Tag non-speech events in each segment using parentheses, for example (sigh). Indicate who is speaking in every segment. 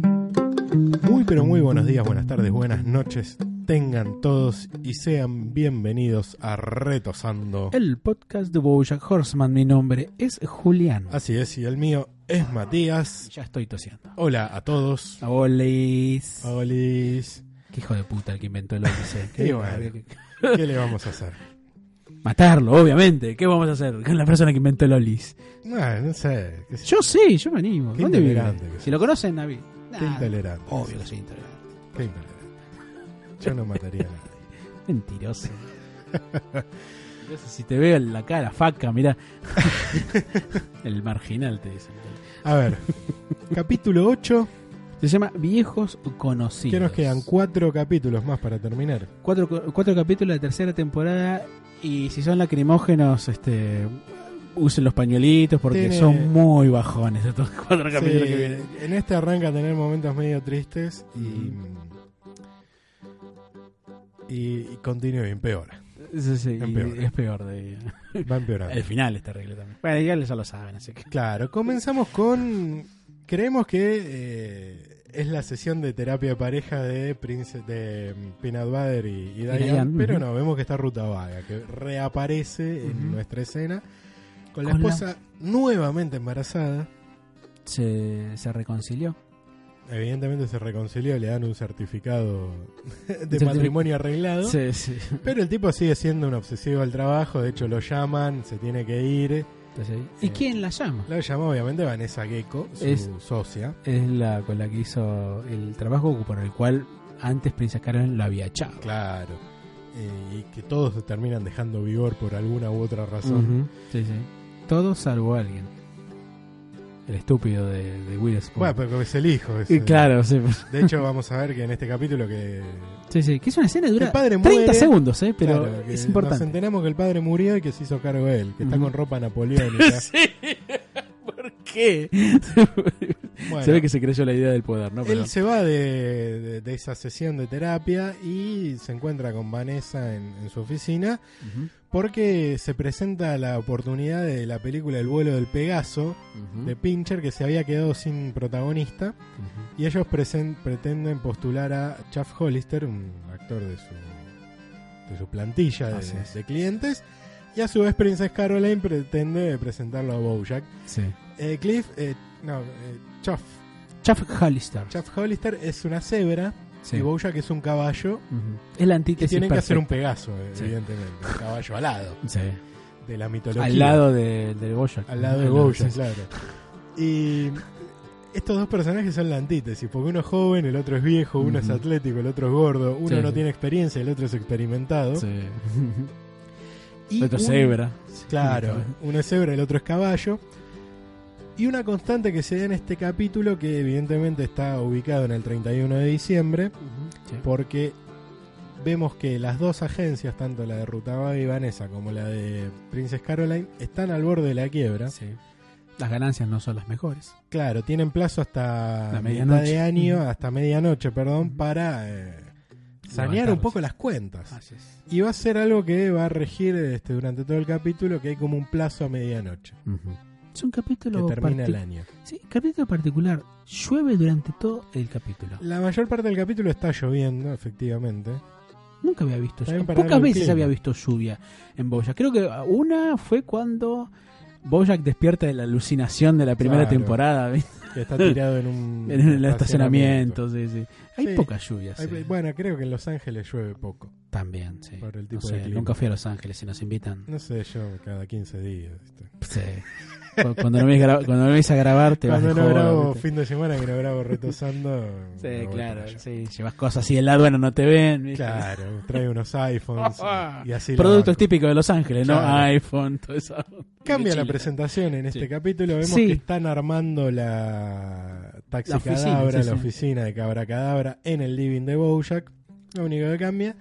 Speaker 1: Muy pero muy buenos días, buenas tardes, buenas noches. Tengan todos y sean bienvenidos a Retosando.
Speaker 2: El podcast de Bojack Horseman, mi nombre es Julián.
Speaker 1: Así es, y el mío es Matías.
Speaker 2: Ya estoy tosiendo.
Speaker 1: Hola a todos.
Speaker 2: Olis.
Speaker 1: Olis.
Speaker 2: Qué hijo de puta el que inventó el eh. (laughs) Odyssey.
Speaker 1: Y bueno. ¿Qué le vamos a hacer?
Speaker 2: Matarlo, obviamente. ¿Qué vamos a hacer con la persona que inventó el Olis?
Speaker 1: No, no sé. qué sé yo.
Speaker 2: Yo sí, yo me animo.
Speaker 1: Qué
Speaker 2: ¿Dónde vive?
Speaker 1: intolerante que
Speaker 2: Si lo conocen, Navi.
Speaker 1: Qué intolerante.
Speaker 2: Obvio que soy intolerante.
Speaker 1: Qué intolerante. Yo no mataría a nadie.
Speaker 2: (laughs) Mentiroso. Mentiroso, si te veo en la cara, faca, mirá. (laughs) el marginal te dice.
Speaker 1: A ver, capítulo 8.
Speaker 2: Se llama Viejos Conocidos.
Speaker 1: Que nos quedan cuatro capítulos más para terminar.
Speaker 2: cuatro, cuatro capítulos de la tercera temporada y si son lacrimógenos, este usen los pañuelitos porque
Speaker 1: Tiene-
Speaker 2: son muy bajones estos (laughs) cuatro capítulos que
Speaker 1: Sí,
Speaker 2: vienen.
Speaker 1: En este arranca a tener momentos medio tristes y.
Speaker 2: Mm.
Speaker 1: Y, y continúa y empeora.
Speaker 2: Sí, sí, y
Speaker 1: Empeora.
Speaker 2: es peor de
Speaker 1: Va empeorando.
Speaker 2: (laughs) El final es terrible también. Bueno, ya les- ya lo saben, así que
Speaker 1: Claro, comenzamos con. Creemos que eh, es la sesión de terapia de pareja de, Prince, de mm, Peanut Butter y, y Diane,
Speaker 2: Diane,
Speaker 1: pero
Speaker 2: ujú.
Speaker 1: no, vemos que está Ruta Vaga, que reaparece en
Speaker 2: Ujú.
Speaker 1: nuestra escena con la
Speaker 2: Con la-
Speaker 1: esposa nuevamente embarazada.
Speaker 2: se, se reconcilió.
Speaker 1: Evidentemente se reconcilió, le dan un certificado (laughs) de
Speaker 2: Certifi-
Speaker 1: matrimonio arreglado.
Speaker 2: Sí, sí.
Speaker 1: Pero el tipo sigue siendo un obsesivo al trabajo, de hecho lo llaman, se tiene que ir.
Speaker 2: ¿Y quién la llama?
Speaker 1: Lo llama obviamente Vanessa Gecko, su
Speaker 2: Es-
Speaker 1: socia.
Speaker 2: Es la con la que hizo el trabajo por el cual antes Princesa Karen la había echado.
Speaker 1: Claro. Eh, y que todos terminan dejando vigor por alguna u otra razón.
Speaker 2: Ujú, Sí, sí. Todo salvo alguien. El estúpido de, de Witherspoon.
Speaker 1: Bueno, pero es el hijo. es
Speaker 2: Y
Speaker 1: el-
Speaker 2: claro, sí.
Speaker 1: De hecho, vamos a ver que en este capítulo que...
Speaker 2: Sí, sí. Que es una escena que
Speaker 1: El
Speaker 2: dura
Speaker 1: padre
Speaker 2: 30
Speaker 1: muere,
Speaker 2: segundos, ¿eh? Pero
Speaker 1: claro, que
Speaker 2: es
Speaker 1: Nos
Speaker 2: importante.
Speaker 1: enteramos que el padre murió y que se hizo cargo él, que está
Speaker 2: Ujú.
Speaker 1: con ropa
Speaker 2: (laughs)
Speaker 1: napoleónica.
Speaker 2: ¿Por qué?
Speaker 1: Bueno,
Speaker 2: Se ve que se creyó la idea del poder, ¿no? Pero-
Speaker 1: Él se va de, de- de esa sesión de terapia y se encuentra con Vanessa en, en su oficina
Speaker 2: Ujú,
Speaker 1: porque se presenta la oportunidad de la película El vuelo del Pegaso
Speaker 2: ujú,
Speaker 1: de Pincher que se había quedado sin protagonista
Speaker 2: ujú.
Speaker 1: y ellos presen- pretenden postular a Chuff Hollister, un actor de su, de su plantilla de,
Speaker 2: Así es.
Speaker 1: de clientes, y a su vez Princess Caroline pretende presentarlo a Bojack.
Speaker 2: Sí.
Speaker 1: Eh, Cliff, eh, no, eh, Chuff,
Speaker 2: Chuck Hollister.
Speaker 1: Chuff Hollister es una cebra.
Speaker 2: Sí.
Speaker 1: Y Bojack es un caballo.
Speaker 2: Ujú. Es la
Speaker 1: Que
Speaker 2: antítesis.
Speaker 1: tienen que hacer un
Speaker 2: perfecta.
Speaker 1: Pegaso,
Speaker 2: Sí.
Speaker 1: evidentemente. Un caballo alado.
Speaker 2: Sí.
Speaker 1: De la mitología.
Speaker 2: Al lado de, del Bojack.
Speaker 1: Al lado de
Speaker 2: Bueno,
Speaker 1: Bojack,
Speaker 2: sí,
Speaker 1: claro. Y estos dos personajes son la antítesis. Porque uno es joven, el otro es viejo. Uno es
Speaker 2: Ujú.
Speaker 1: atlético, el otro es gordo. Uno
Speaker 2: Sí,
Speaker 1: no
Speaker 2: sí.
Speaker 1: tiene experiencia, el otro es experimentado.
Speaker 2: sí.
Speaker 1: (laughs) Y
Speaker 2: Otro
Speaker 1: un-
Speaker 2: cebra.
Speaker 1: Claro. Uno es cebra, el otro es caballo. Y una constante que se da en este capítulo, que evidentemente está ubicado en el 31 de diciembre,
Speaker 2: Ujú, sí.
Speaker 1: porque vemos que las dos agencias, tanto la de Rutabaga y Vanessa como la de Princess Caroline, están al borde de la quiebra.
Speaker 2: Sí. Las ganancias no son las mejores.
Speaker 1: Claro, tienen plazo hasta mitad
Speaker 2: La medianoche.
Speaker 1: de año,
Speaker 2: Ujú.
Speaker 1: hasta medianoche, perdón,
Speaker 2: Ujú.
Speaker 1: para eh, sanear
Speaker 2: Levantarlos.
Speaker 1: un poco las cuentas.
Speaker 2: Así es.
Speaker 1: Y va a ser algo que va a regir este, durante todo el capítulo, que hay como un plazo a medianoche,
Speaker 2: Es un
Speaker 1: que
Speaker 2: capítulo,
Speaker 1: termina
Speaker 2: parti-
Speaker 1: el año.
Speaker 2: sí, capítulo particular. Llueve durante todo el capítulo.
Speaker 1: La mayor parte del capítulo está lloviendo, efectivamente.
Speaker 2: Nunca había visto
Speaker 1: También
Speaker 2: lluvia.
Speaker 1: para
Speaker 2: Pocas
Speaker 1: darle un
Speaker 2: veces
Speaker 1: clima.
Speaker 2: había visto lluvia en Boya. Creo que una fue cuando Bojack despierta de la alucinación de la primera
Speaker 1: Claro.
Speaker 2: temporada ¿viste?
Speaker 1: que
Speaker 2: (laughs)
Speaker 1: está tirado en un
Speaker 2: en el estacionamiento. sí, sí. Hay
Speaker 1: Sí.
Speaker 2: poca lluvia.
Speaker 1: Hay-
Speaker 2: sí.
Speaker 1: Bueno, creo que en Los Ángeles llueve poco.
Speaker 2: También, sí.
Speaker 1: Por el
Speaker 2: No
Speaker 1: tipo
Speaker 2: sé,
Speaker 1: de clima. Mm.
Speaker 2: nunca fui a Los Ángeles y nos invitan.
Speaker 1: No sé, yo cada 15 días. ¿viste?
Speaker 2: (laughs) Sí. Cu- Cuando no me ves gra- cuando no me ves a grabar, te
Speaker 1: Cuando
Speaker 2: vas de
Speaker 1: no
Speaker 2: joda,
Speaker 1: grabo
Speaker 2: ¿viste?
Speaker 1: fin de semana que no grabo
Speaker 2: (laughs)
Speaker 1: retosando. me
Speaker 2: Sí,
Speaker 1: voy para
Speaker 2: claro.
Speaker 1: allá.
Speaker 2: Sí, llevas cosas así en la aduana, no te ven. ¿viste?
Speaker 1: Claro, trae unos iPhones y así la
Speaker 2: Productos
Speaker 1: banco.
Speaker 2: típicos de Los Ángeles, ¿no?
Speaker 1: Claro.
Speaker 2: iPhone, todo eso.
Speaker 1: Cambia la
Speaker 2: Mochila.
Speaker 1: presentación en este
Speaker 2: Sí.
Speaker 1: capítulo. Vemos
Speaker 2: Sí.
Speaker 1: que están armando la
Speaker 2: La
Speaker 1: taxicadabra,
Speaker 2: oficina,
Speaker 1: la oficina,
Speaker 2: sí, sí.
Speaker 1: de Cabra Cadabra en el living de Bojack. Lo único que cambia.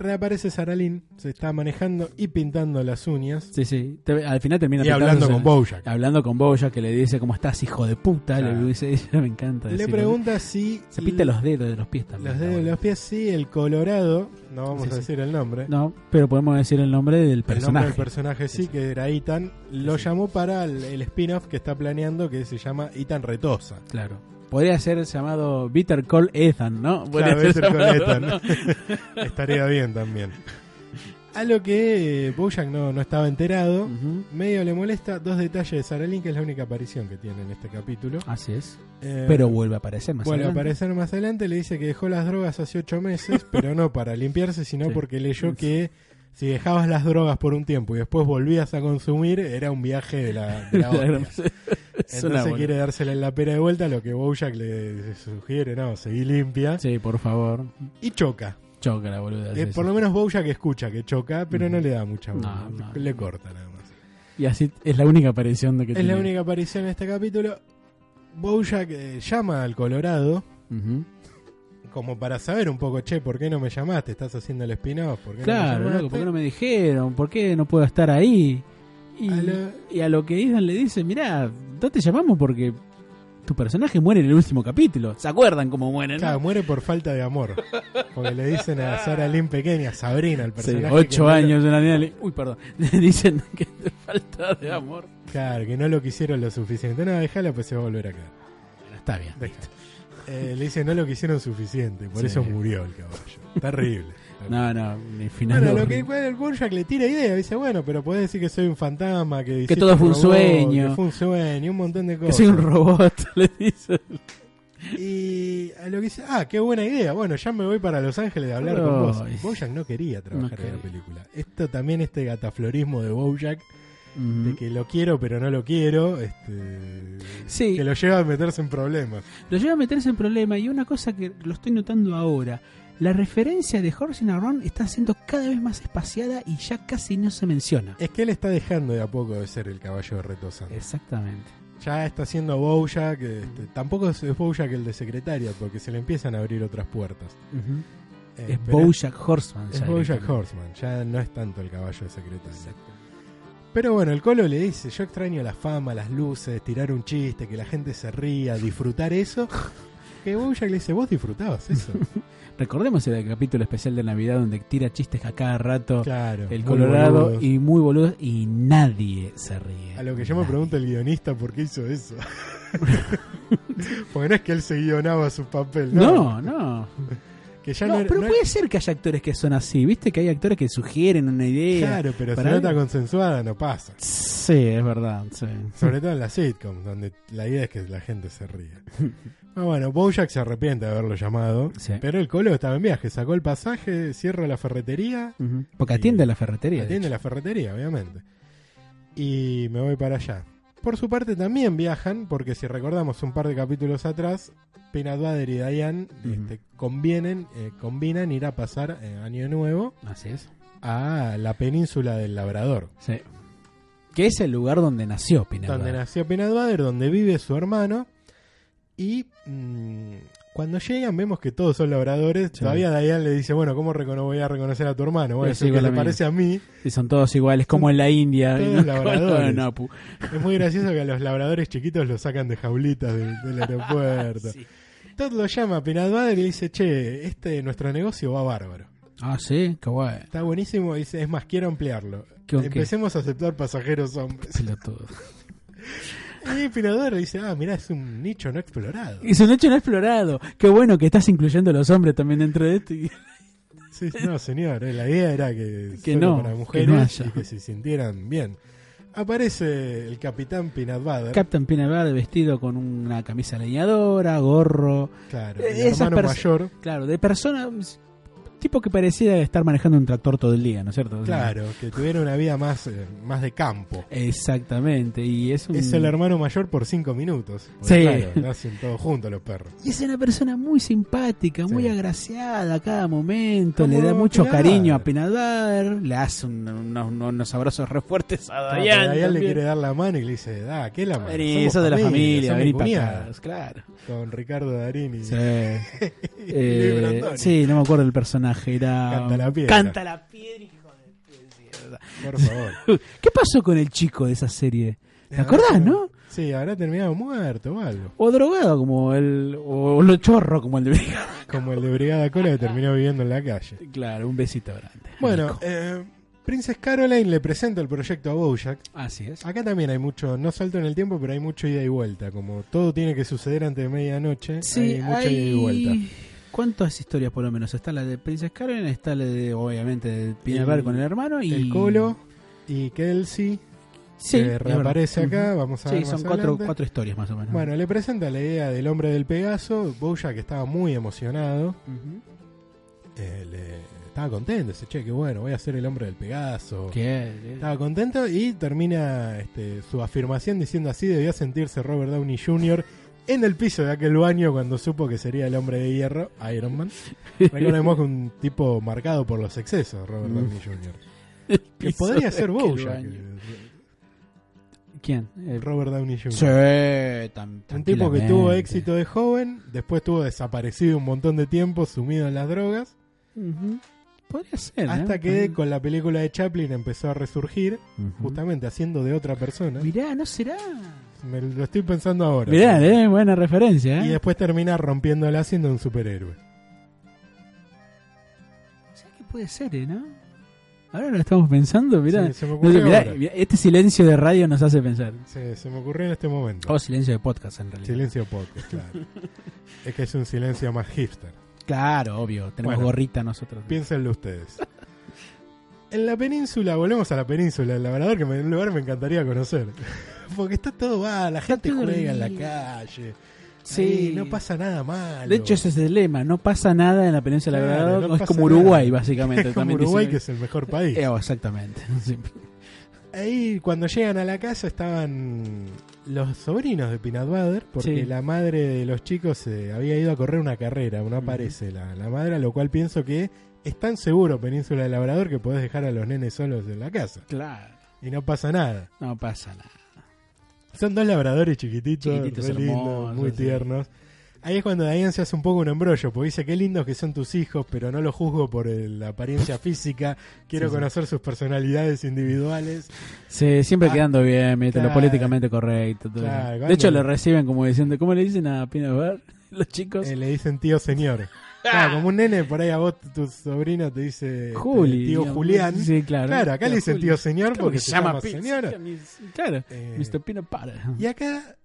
Speaker 1: Reaparece Saralín, se está manejando y pintando las uñas
Speaker 2: Sí, sí. Te- al final termina
Speaker 1: y hablando
Speaker 2: pintándose-
Speaker 1: con Bojack.
Speaker 2: Hablando con Boya, que le dice, ¿cómo estás, hijo de puta?
Speaker 1: Claro.
Speaker 2: Le dice, (laughs) ella me encanta.
Speaker 1: Le
Speaker 2: decirlo.
Speaker 1: pregunta si
Speaker 2: Se pinta los dedos de los pies también.
Speaker 1: los
Speaker 2: está
Speaker 1: dedos de
Speaker 2: bueno.
Speaker 1: los pies, si el Colorado, no vamos
Speaker 2: Sí,
Speaker 1: a
Speaker 2: sí.
Speaker 1: decir el nombre,
Speaker 2: No, pero podemos decir el nombre del
Speaker 1: el nombre del
Speaker 2: personaje.
Speaker 1: personaje sí,
Speaker 2: Sí, sí.
Speaker 1: que era Ethan, lo
Speaker 2: sí.
Speaker 1: llamó para el, el spin-off que está planeando que se llama Ethan Retosa.
Speaker 2: claro. Podría ser llamado Bitter Call Ethan, ¿no? Podría
Speaker 1: Claro, Better
Speaker 2: ser
Speaker 1: Call
Speaker 2: llamado,
Speaker 1: Ethan. (laughs)
Speaker 2: ¿no?
Speaker 1: Estaría bien también. A lo que eh, Bojack no, no estaba enterado.
Speaker 2: Ujú.
Speaker 1: Medio le molesta dos detalles de Sarah Lynn, que es la única aparición que tiene en este capítulo.
Speaker 2: Así es.
Speaker 1: Eh,
Speaker 2: Pero vuelve a aparecer más
Speaker 1: vuelve a
Speaker 2: adelante.
Speaker 1: aparecer más adelante. Le dice que dejó las drogas hace ocho
Speaker 2: (laughs)
Speaker 1: meses, pero no para limpiarse, sino
Speaker 2: Sí.
Speaker 1: porque leyó que si dejabas las drogas por un tiempo y después volvías a consumir, era un viaje de la,
Speaker 2: (laughs)
Speaker 1: de la hostia.
Speaker 2: Es una
Speaker 1: Entonces
Speaker 2: buena.
Speaker 1: quiere dársela en la pera de vuelta, lo que Bojack le sugiere, no, seguí limpia.
Speaker 2: Sí, por favor.
Speaker 1: Y choca.
Speaker 2: Choca la boluda.
Speaker 1: Eh,
Speaker 2: sí,
Speaker 1: por
Speaker 2: sí.
Speaker 1: lo menos Bojack escucha que choca, pero no le da mucha bola.
Speaker 2: No, no.
Speaker 1: le corta nada más.
Speaker 2: Y así es la única aparición de que
Speaker 1: Es
Speaker 2: tiene.
Speaker 1: la única aparición en este capítulo. Bojack eh, llama al Colorado
Speaker 2: Ujú.
Speaker 1: como para saber un poco, che, ¿por qué no me llamaste? ¿Estás haciendo el spin-off? ¿Por qué no me
Speaker 2: Claro,
Speaker 1: llamaste?"
Speaker 2: loco, ¿por qué no me dijeron? ¿Por qué no puedo estar ahí? Y
Speaker 1: A
Speaker 2: y a,
Speaker 1: lo-
Speaker 2: lo que Ethan le dice, mirá, no te llamamos porque tu personaje muere en el último capítulo. ¿Se acuerdan cómo muere? no?
Speaker 1: Claro, muere por falta de amor. Porque le dicen a Sara Lynn pequeña, Sabrina, el
Speaker 2: Sí,
Speaker 1: personaje. que
Speaker 2: ocho
Speaker 1: no lo-
Speaker 2: años una nena le- Uy, perdón. (laughs) Le dicen que te falta de amor.
Speaker 1: claro, que no lo quisieron lo suficiente. No, déjala, pues se va a volver acá.
Speaker 2: Bueno, está bien.
Speaker 1: (laughs) Eh, le dicen, no lo quisieron suficiente, por
Speaker 2: Sí.
Speaker 1: eso murió el caballo.
Speaker 2: (laughs)
Speaker 1: Terrible.
Speaker 2: No, no, ni final.
Speaker 1: Bueno, lo
Speaker 2: horrible.
Speaker 1: que igual el Bojack le tira idea, dice, bueno, pero podés decir que soy un fantasma, que, hiciste
Speaker 2: todo fue un
Speaker 1: robot,
Speaker 2: sueño.
Speaker 1: Que fue un sueño, un montón de
Speaker 2: (laughs) Que
Speaker 1: cosas.
Speaker 2: soy un robot, le dice.
Speaker 1: Y a lo que dice, ah, qué buena idea, bueno, ya me voy para Los Ángeles a hablar con vos.
Speaker 2: Ay.
Speaker 1: Bojack no quería trabajar
Speaker 2: No
Speaker 1: en la
Speaker 2: quería.
Speaker 1: película. Esto también, este gataflorismo de Bojack, de
Speaker 2: Ujú.
Speaker 1: que lo quiero pero no lo quiero, este,
Speaker 2: Sí.
Speaker 1: que lo lleva a meterse en problemas.
Speaker 2: Lo lleva a meterse en problema y una cosa que lo estoy notando ahora, la referencia de Horse in a Ron está siendo cada vez más espaciada y ya casi no se menciona.
Speaker 1: Es que él está dejando de a poco de ser el caballo de retosando.
Speaker 2: Exactamente.
Speaker 1: Ya está siendo Bojack, este, tampoco es es Bojack el de secretaria, porque se le empiezan a abrir otras puertas. Eh,
Speaker 2: Es
Speaker 1: pero
Speaker 2: Bojack Horseman.
Speaker 1: es
Speaker 2: ya
Speaker 1: Bojack
Speaker 2: directamente.
Speaker 1: Horseman, ya no es tanto el caballo de secretaria.
Speaker 2: Exacto.
Speaker 1: Pero bueno, el Colo le dice, yo extraño la fama, las luces, tirar un chiste, que la gente se
Speaker 2: (laughs)
Speaker 1: ría, disfrutar eso. Que Bojack le dice, vos disfrutabas
Speaker 2: (laughs)
Speaker 1: eso.
Speaker 2: Recordemos el capítulo especial de Navidad donde tira chistes a cada rato
Speaker 1: Claro.
Speaker 2: el
Speaker 1: muy
Speaker 2: Colorado
Speaker 1: boludo.
Speaker 2: y muy boludo y nadie se ríe.
Speaker 1: A lo que yo me
Speaker 2: Nadie.
Speaker 1: pregunto el guionista por qué hizo eso. (laughs) Porque no es que él se guionaba su papel, ¿no?
Speaker 2: No, no.
Speaker 1: que ya
Speaker 2: No,
Speaker 1: era-
Speaker 2: pero
Speaker 1: no
Speaker 2: puede ser que haya actores que son así. Viste que hay actores que sugieren una idea.
Speaker 1: Claro, pero si
Speaker 2: para
Speaker 1: no está
Speaker 2: algo.
Speaker 1: consensuada no pasa.
Speaker 2: Sí, es verdad. Sí.
Speaker 1: Sobre todo en las sitcoms, donde la idea es que la gente se
Speaker 2: (laughs)
Speaker 1: ríe. Ah, bueno, Bojack se arrepiente de haberlo llamado,
Speaker 2: Sí.
Speaker 1: pero el colo estaba en viaje, sacó el pasaje, cierra la ferretería,
Speaker 2: Ujú. Porque
Speaker 1: Y-
Speaker 2: atiende a la ferretería. de
Speaker 1: atiende
Speaker 2: hecho.
Speaker 1: la ferretería, obviamente. Y me voy para allá. Por su parte también viajan, porque si recordamos un par de capítulos atrás, Peanut Butter y Diane
Speaker 2: Ujú.
Speaker 1: este, convienen, eh, combinan ir a pasar eh, Año Nuevo
Speaker 2: Así es.
Speaker 1: a la península del Labrador.
Speaker 2: Sí. Que es el lugar donde nació Pinal.
Speaker 1: donde nació Peanut Butter, donde vive su hermano. Y mm, cuando llegan vemos que todos son labradores.
Speaker 2: Sí.
Speaker 1: Todavía Diane le dice, bueno, ¿cómo recono- voy a reconocer a tu hermano? Bueno,
Speaker 2: Sí,
Speaker 1: es el que
Speaker 2: con la
Speaker 1: le
Speaker 2: mía.
Speaker 1: parece a mí.
Speaker 2: Y son todos iguales, como en la India.
Speaker 1: Todos
Speaker 2: y no-
Speaker 1: labradores.
Speaker 2: no, pu-
Speaker 1: Es muy gracioso que a los labradores chiquitos los sacan de jaulitas de- del aeropuerto.
Speaker 2: Sí.
Speaker 1: Todd lo llama a Peanut Butter y le dice, che, este nuestro negocio va bárbaro.
Speaker 2: Ah, sí, qué guay.
Speaker 1: Está buenísimo, dice, es más, quiero ampliarlo.
Speaker 2: ¿Qué- qué?
Speaker 1: Empecemos a aceptar pasajeros hombres.
Speaker 2: Pelotudo.
Speaker 1: Y Peanut Butter dice, ah, mirá, es un nicho no explorado.
Speaker 2: Y es un hecho no explorado. Qué bueno que estás incluyendo a los hombres también dentro de esto. y-
Speaker 1: Sí, no, señor, eh, la idea era que,
Speaker 2: Que
Speaker 1: solo
Speaker 2: no,
Speaker 1: para
Speaker 2: que
Speaker 1: mujeres
Speaker 2: no haya.
Speaker 1: y que se sintieran bien. Aparece el capitán Peanut Butter.
Speaker 2: Captain Peanut Butter vestido con una camisa leñadora, gorro.
Speaker 1: claro,
Speaker 2: Eh,
Speaker 1: el
Speaker 2: esas
Speaker 1: hermano
Speaker 2: perso-
Speaker 1: mayor.
Speaker 2: Claro, de persona. Tipo que parecía estar manejando un tractor todo el día, ¿no es cierto? O sea,
Speaker 1: Claro, que tuviera una vida más, eh, más de campo.
Speaker 2: Exactamente. Y es un.
Speaker 1: Es el hermano mayor por cinco minutos.
Speaker 2: Mm. Sí.
Speaker 1: Porque, Claro, lo hacen todos juntos los perros.
Speaker 2: Y es una persona muy simpática, muy
Speaker 1: Sí.
Speaker 2: agraciada a cada momento,
Speaker 1: Como
Speaker 2: le da mucho
Speaker 1: Pilar.
Speaker 2: cariño a Penadar, le hace un- unos, unos abrazos re fuertes a
Speaker 1: Claro,
Speaker 2: Dayan.
Speaker 1: pero Dayan le
Speaker 2: Ah, también.
Speaker 1: quiere dar la mano y le dice, da, ¿qué es la mano?
Speaker 2: Vení,
Speaker 1: Somos
Speaker 2: sos de la familia,
Speaker 1: somos
Speaker 2: vení para
Speaker 1: cuñadas".
Speaker 2: acá, claro.
Speaker 1: Con Ricardo Darín y,
Speaker 2: Sí.
Speaker 1: (laughs) y
Speaker 2: Eh,
Speaker 1: Luis Brandoni.
Speaker 2: sí, no me acuerdo del personaje, era...
Speaker 1: Canta la piedra.
Speaker 2: Canta la piedra, hijo de...
Speaker 1: Por favor.
Speaker 2: ¿Qué pasó con el chico de esa serie? ¿Te acordás, no?
Speaker 1: Sí, habrá terminado muerto o algo.
Speaker 2: O drogado como el... o lo chorro como el de... (laughs)
Speaker 1: Como el de Brigada Cola que terminó viviendo en la calle.
Speaker 2: claro, un besito grande.
Speaker 1: Bueno,
Speaker 2: Nico.
Speaker 1: eh, Princess Caroline le presenta el proyecto a Bojack.
Speaker 2: Así es.
Speaker 1: Acá también hay mucho, no salto en el tiempo, pero hay mucho ida y vuelta. Como todo tiene que suceder antes de medianoche, hay mucho ida y vuelta.
Speaker 2: ¿Cuántas historias por lo menos? Está la de Princess Karen, está la de, obviamente, de Peanut
Speaker 1: El-
Speaker 2: Butter con el hermano y...
Speaker 1: El Colo y Kelsey,
Speaker 2: sí,
Speaker 1: que
Speaker 2: es
Speaker 1: reaparece
Speaker 2: verdad.
Speaker 1: acá,
Speaker 2: Ujú.
Speaker 1: vamos a
Speaker 2: Sí,
Speaker 1: ver más
Speaker 2: son cuatro,
Speaker 1: adelante.
Speaker 2: cuatro historias más o menos.
Speaker 1: Bueno, le presenta la idea del hombre del Pegaso. Bojack estaba muy emocionado.
Speaker 2: Ujú.
Speaker 1: eh, le- estaba contento. Dice, che, qué bueno, voy a ser el hombre del Pegaso.
Speaker 2: Que-
Speaker 1: Estaba contento y termina este, su afirmación diciendo así debía sentirse Robert Downey Jr. en el piso de aquel baño cuando supo que sería el hombre de hierro, Iron
Speaker 2: (laughs)
Speaker 1: Man. Recordemos que un tipo marcado por los excesos, Robert
Speaker 2: Mm.
Speaker 1: Downey Jr.
Speaker 2: el
Speaker 1: Que
Speaker 2: piso
Speaker 1: podría
Speaker 2: de
Speaker 1: ser
Speaker 2: aquel
Speaker 1: Bojack,
Speaker 2: baño.
Speaker 1: eh,
Speaker 2: ¿Quién? Eh,
Speaker 1: Robert Downey Jr.
Speaker 2: sí, tan-
Speaker 1: Un tipo que tuvo
Speaker 2: tranquilamente.
Speaker 1: éxito de joven, después tuvo desaparecido un montón de tiempo, sumido en las drogas,
Speaker 2: Ujú. Podría ser.
Speaker 1: hasta
Speaker 2: ¿eh?
Speaker 1: que con la película de Chaplin empezó a resurgir,
Speaker 2: Ujú.
Speaker 1: justamente haciendo de otra persona.
Speaker 2: Mirá, no será.
Speaker 1: Me lo estoy pensando ahora.
Speaker 2: Mirá, eh, buena referencia. ¿eh?
Speaker 1: Y después termina rompiéndola siendo un superhéroe.
Speaker 2: ¿Sabes qué puede ser, eh, no? Ahora lo estamos pensando, mirá.
Speaker 1: Sí, se me
Speaker 2: No,
Speaker 1: ocurrió
Speaker 2: mirá,
Speaker 1: ahora.
Speaker 2: mirá, este silencio de radio nos hace pensar.
Speaker 1: Sí, se me ocurrió en este momento.
Speaker 2: O silencio de podcast, en realidad.
Speaker 1: Silencio podcast, claro. es que es un silencio más hipster.
Speaker 2: Claro, obvio. Tenemos
Speaker 1: Bueno.
Speaker 2: gorrita nosotros.
Speaker 1: Piénsenlo ustedes. En la península, volvemos a la península, el labrador que me- un lugar me encantaría conocer. (laughs) Porque está todo va, la
Speaker 2: Está
Speaker 1: gente
Speaker 2: todo
Speaker 1: juega en la
Speaker 2: lindo.
Speaker 1: calle.
Speaker 2: Sí.
Speaker 1: Ahí no pasa nada mal.
Speaker 2: De hecho, ese es el lema. No pasa nada en la península
Speaker 1: Claro,
Speaker 2: de Labrador.
Speaker 1: no
Speaker 2: es
Speaker 1: pasa
Speaker 2: como
Speaker 1: nada.
Speaker 2: Uruguay, básicamente.
Speaker 1: es como
Speaker 2: también
Speaker 1: Uruguay, que
Speaker 2: dicen.
Speaker 1: es el mejor país.
Speaker 2: Eh, oh, exactamente. (laughs) Sí.
Speaker 1: Ahí cuando llegan a la casa estaban los sobrinos de Peanut Butter, porque
Speaker 2: Sí.
Speaker 1: la madre de los chicos eh, había ido a correr una carrera, no aparece la, la madre, a lo cual pienso que es tan seguro Península de Labrador que podés dejar a los nenes solos en la casa
Speaker 2: Claro.
Speaker 1: y no pasa nada.
Speaker 2: No pasa nada.
Speaker 1: Son dos labradores chiquititos,
Speaker 2: Chiquititos,
Speaker 1: re lindos,
Speaker 2: hermosos,
Speaker 1: muy
Speaker 2: sí.
Speaker 1: tiernos. Ahí es cuando Diane se hace un poco un embrollo, porque dice, qué lindos que son tus hijos, pero no los juzgo por eh, la apariencia física, quiero
Speaker 2: Sí, sí.
Speaker 1: conocer sus personalidades individuales.
Speaker 2: Sí, siempre
Speaker 1: Ah,
Speaker 2: quedando bien, ¿viste? lo
Speaker 1: claro.
Speaker 2: políticamente correcto. todo.
Speaker 1: Claro,
Speaker 2: de
Speaker 1: cuando-
Speaker 2: hecho, lo reciben como diciendo, ¿cómo le dicen a Pino Bar? (laughs) Los chicos.
Speaker 1: Eh, le dicen tío señor. Claro, como un nene por ahí a vos, tu sobrino te dice este,
Speaker 2: Juli.
Speaker 1: tío
Speaker 2: digamos.
Speaker 1: Julián.
Speaker 2: Sí, claro.
Speaker 1: Claro, acá le dicen
Speaker 2: Juli.
Speaker 1: tío señor
Speaker 2: Claro
Speaker 1: porque
Speaker 2: que
Speaker 1: se llama
Speaker 2: Pete,
Speaker 1: señora.
Speaker 2: sí, (laughs) a mí- Claro.
Speaker 1: Eh,
Speaker 2: Mr. Pino para.
Speaker 1: y acá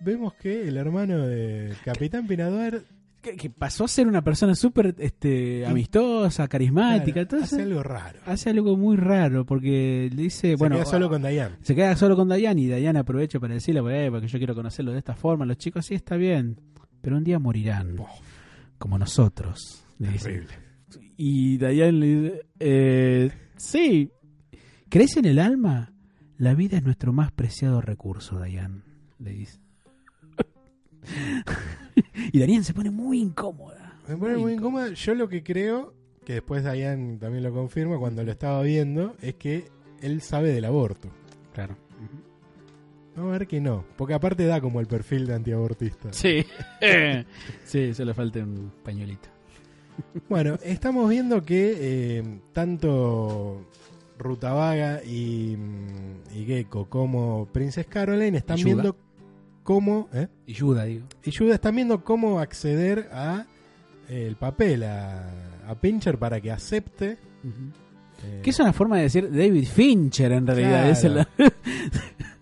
Speaker 1: vemos que el hermano de Capitán Pinador
Speaker 2: Que, que pasó a ser una persona súper este, amistosa, carismática,
Speaker 1: claro,
Speaker 2: todo eso.
Speaker 1: hace
Speaker 2: Hace
Speaker 1: algo
Speaker 2: algo,
Speaker 1: raro.
Speaker 2: muy raro porque le dice,
Speaker 1: Se
Speaker 2: bueno,
Speaker 1: queda solo
Speaker 2: ah,
Speaker 1: con Dayan.
Speaker 2: se queda solo con Dayan y Dayan aprovecha para decirle, "Eh, porque yo quiero conocerlo de esta forma, los chicos sí está bien, pero un día morirán, como nosotros. le dice.
Speaker 1: Horrible.
Speaker 2: Y Dayan le dice, eh, sí, ¿crees en el alma? La vida es nuestro más preciado recurso, Dayan, le dice. (laughs) y Dayan se pone muy incómoda.
Speaker 1: Me pone muy incómodo. Yo lo que creo, que después Dayan también lo confirma cuando lo estaba viendo, es que él sabe del aborto.
Speaker 2: Claro.
Speaker 1: Vamos a ver que no. Porque aparte da como el perfil de antiabortista.
Speaker 2: Sí. (laughs) sí, se le falta un pañuelito.
Speaker 1: Bueno, estamos viendo que eh, tanto Rutavaga y, mm, y Gecko como Princess Caroline están
Speaker 2: Yuda.
Speaker 1: viendo cómo. ¿eh?
Speaker 2: Y Yuda, digo.
Speaker 1: Y Yuda están viendo cómo acceder a eh, el papel, a, a Pincher para que acepte. eh,
Speaker 2: Que es una forma de decir David Fincher, en realidad. Es
Speaker 1: Claro.
Speaker 2: (laughs) el-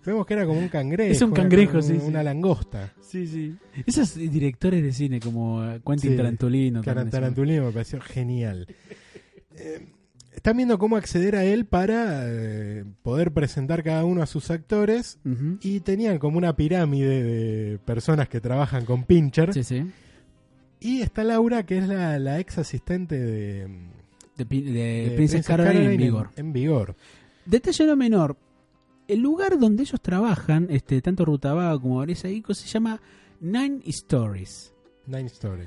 Speaker 1: Vemos que era como un cangrejo.
Speaker 2: Es un
Speaker 1: era
Speaker 2: cangrejo,
Speaker 1: como
Speaker 2: sí, sí.
Speaker 1: Una langosta.
Speaker 2: sí, sí. Esos directores de cine como eh, Quentin
Speaker 1: Sí.
Speaker 2: Tarantulino.
Speaker 1: Taran-
Speaker 2: también son-
Speaker 1: Tarantulino me pareció genial. Eh, Están viendo cómo acceder a él para eh, poder presentar cada uno a sus actores.
Speaker 2: Ujú.
Speaker 1: Y tenían como una pirámide de personas que trabajan con Pincher.
Speaker 2: Sí, sí.
Speaker 1: Y está Laura, que es la, la ex asistente de,
Speaker 2: De, Pin- de
Speaker 1: de
Speaker 2: Eh, Princess, Caroline, en
Speaker 1: Caroline
Speaker 2: vigor.
Speaker 1: En, vigor.
Speaker 2: Detalle no menor. El lugar donde ellos trabajan, este, tanto Rutabaga como Vanessa Ico, se llama Nine Stories.
Speaker 1: Nine Story.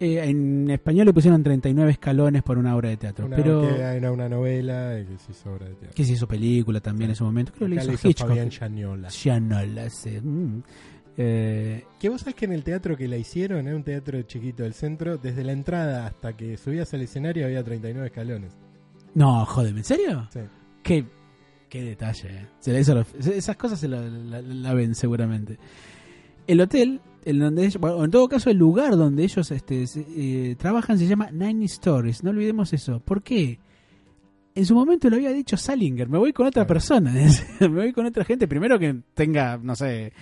Speaker 2: Eh, en español le pusieron 39 escalones por una obra de teatro.
Speaker 1: Una,
Speaker 2: pero
Speaker 1: que era una novela eh, que se hizo obra de teatro.
Speaker 2: que se hizo película también en su momento. Creo que
Speaker 1: Acá
Speaker 2: le
Speaker 1: la
Speaker 2: hizo Hitchcock.
Speaker 1: Fabián Giannola.
Speaker 2: Ya no la sé. Mm. Eh,
Speaker 1: Que vos sabés que en el teatro que la hicieron, es un teatro chiquito del centro, desde la entrada hasta que subías al escenario había 39 escalones.
Speaker 2: no, jodeme, ¿en serio?
Speaker 1: Sí.
Speaker 2: Qué, qué detalle. eh. Se le hizo lo- se- esas cosas se la, la- la ven seguramente. El hotel, en donde ellos- bueno, en todo caso el lugar donde ellos este, se- eh, trabajan se llama Nine Stories. No olvidemos eso. ¿Por qué? En su momento lo había dicho Salinger. Me voy con otra
Speaker 1: Claro.
Speaker 2: persona. (laughs) me voy con otra gente. Primero que tenga, no sé,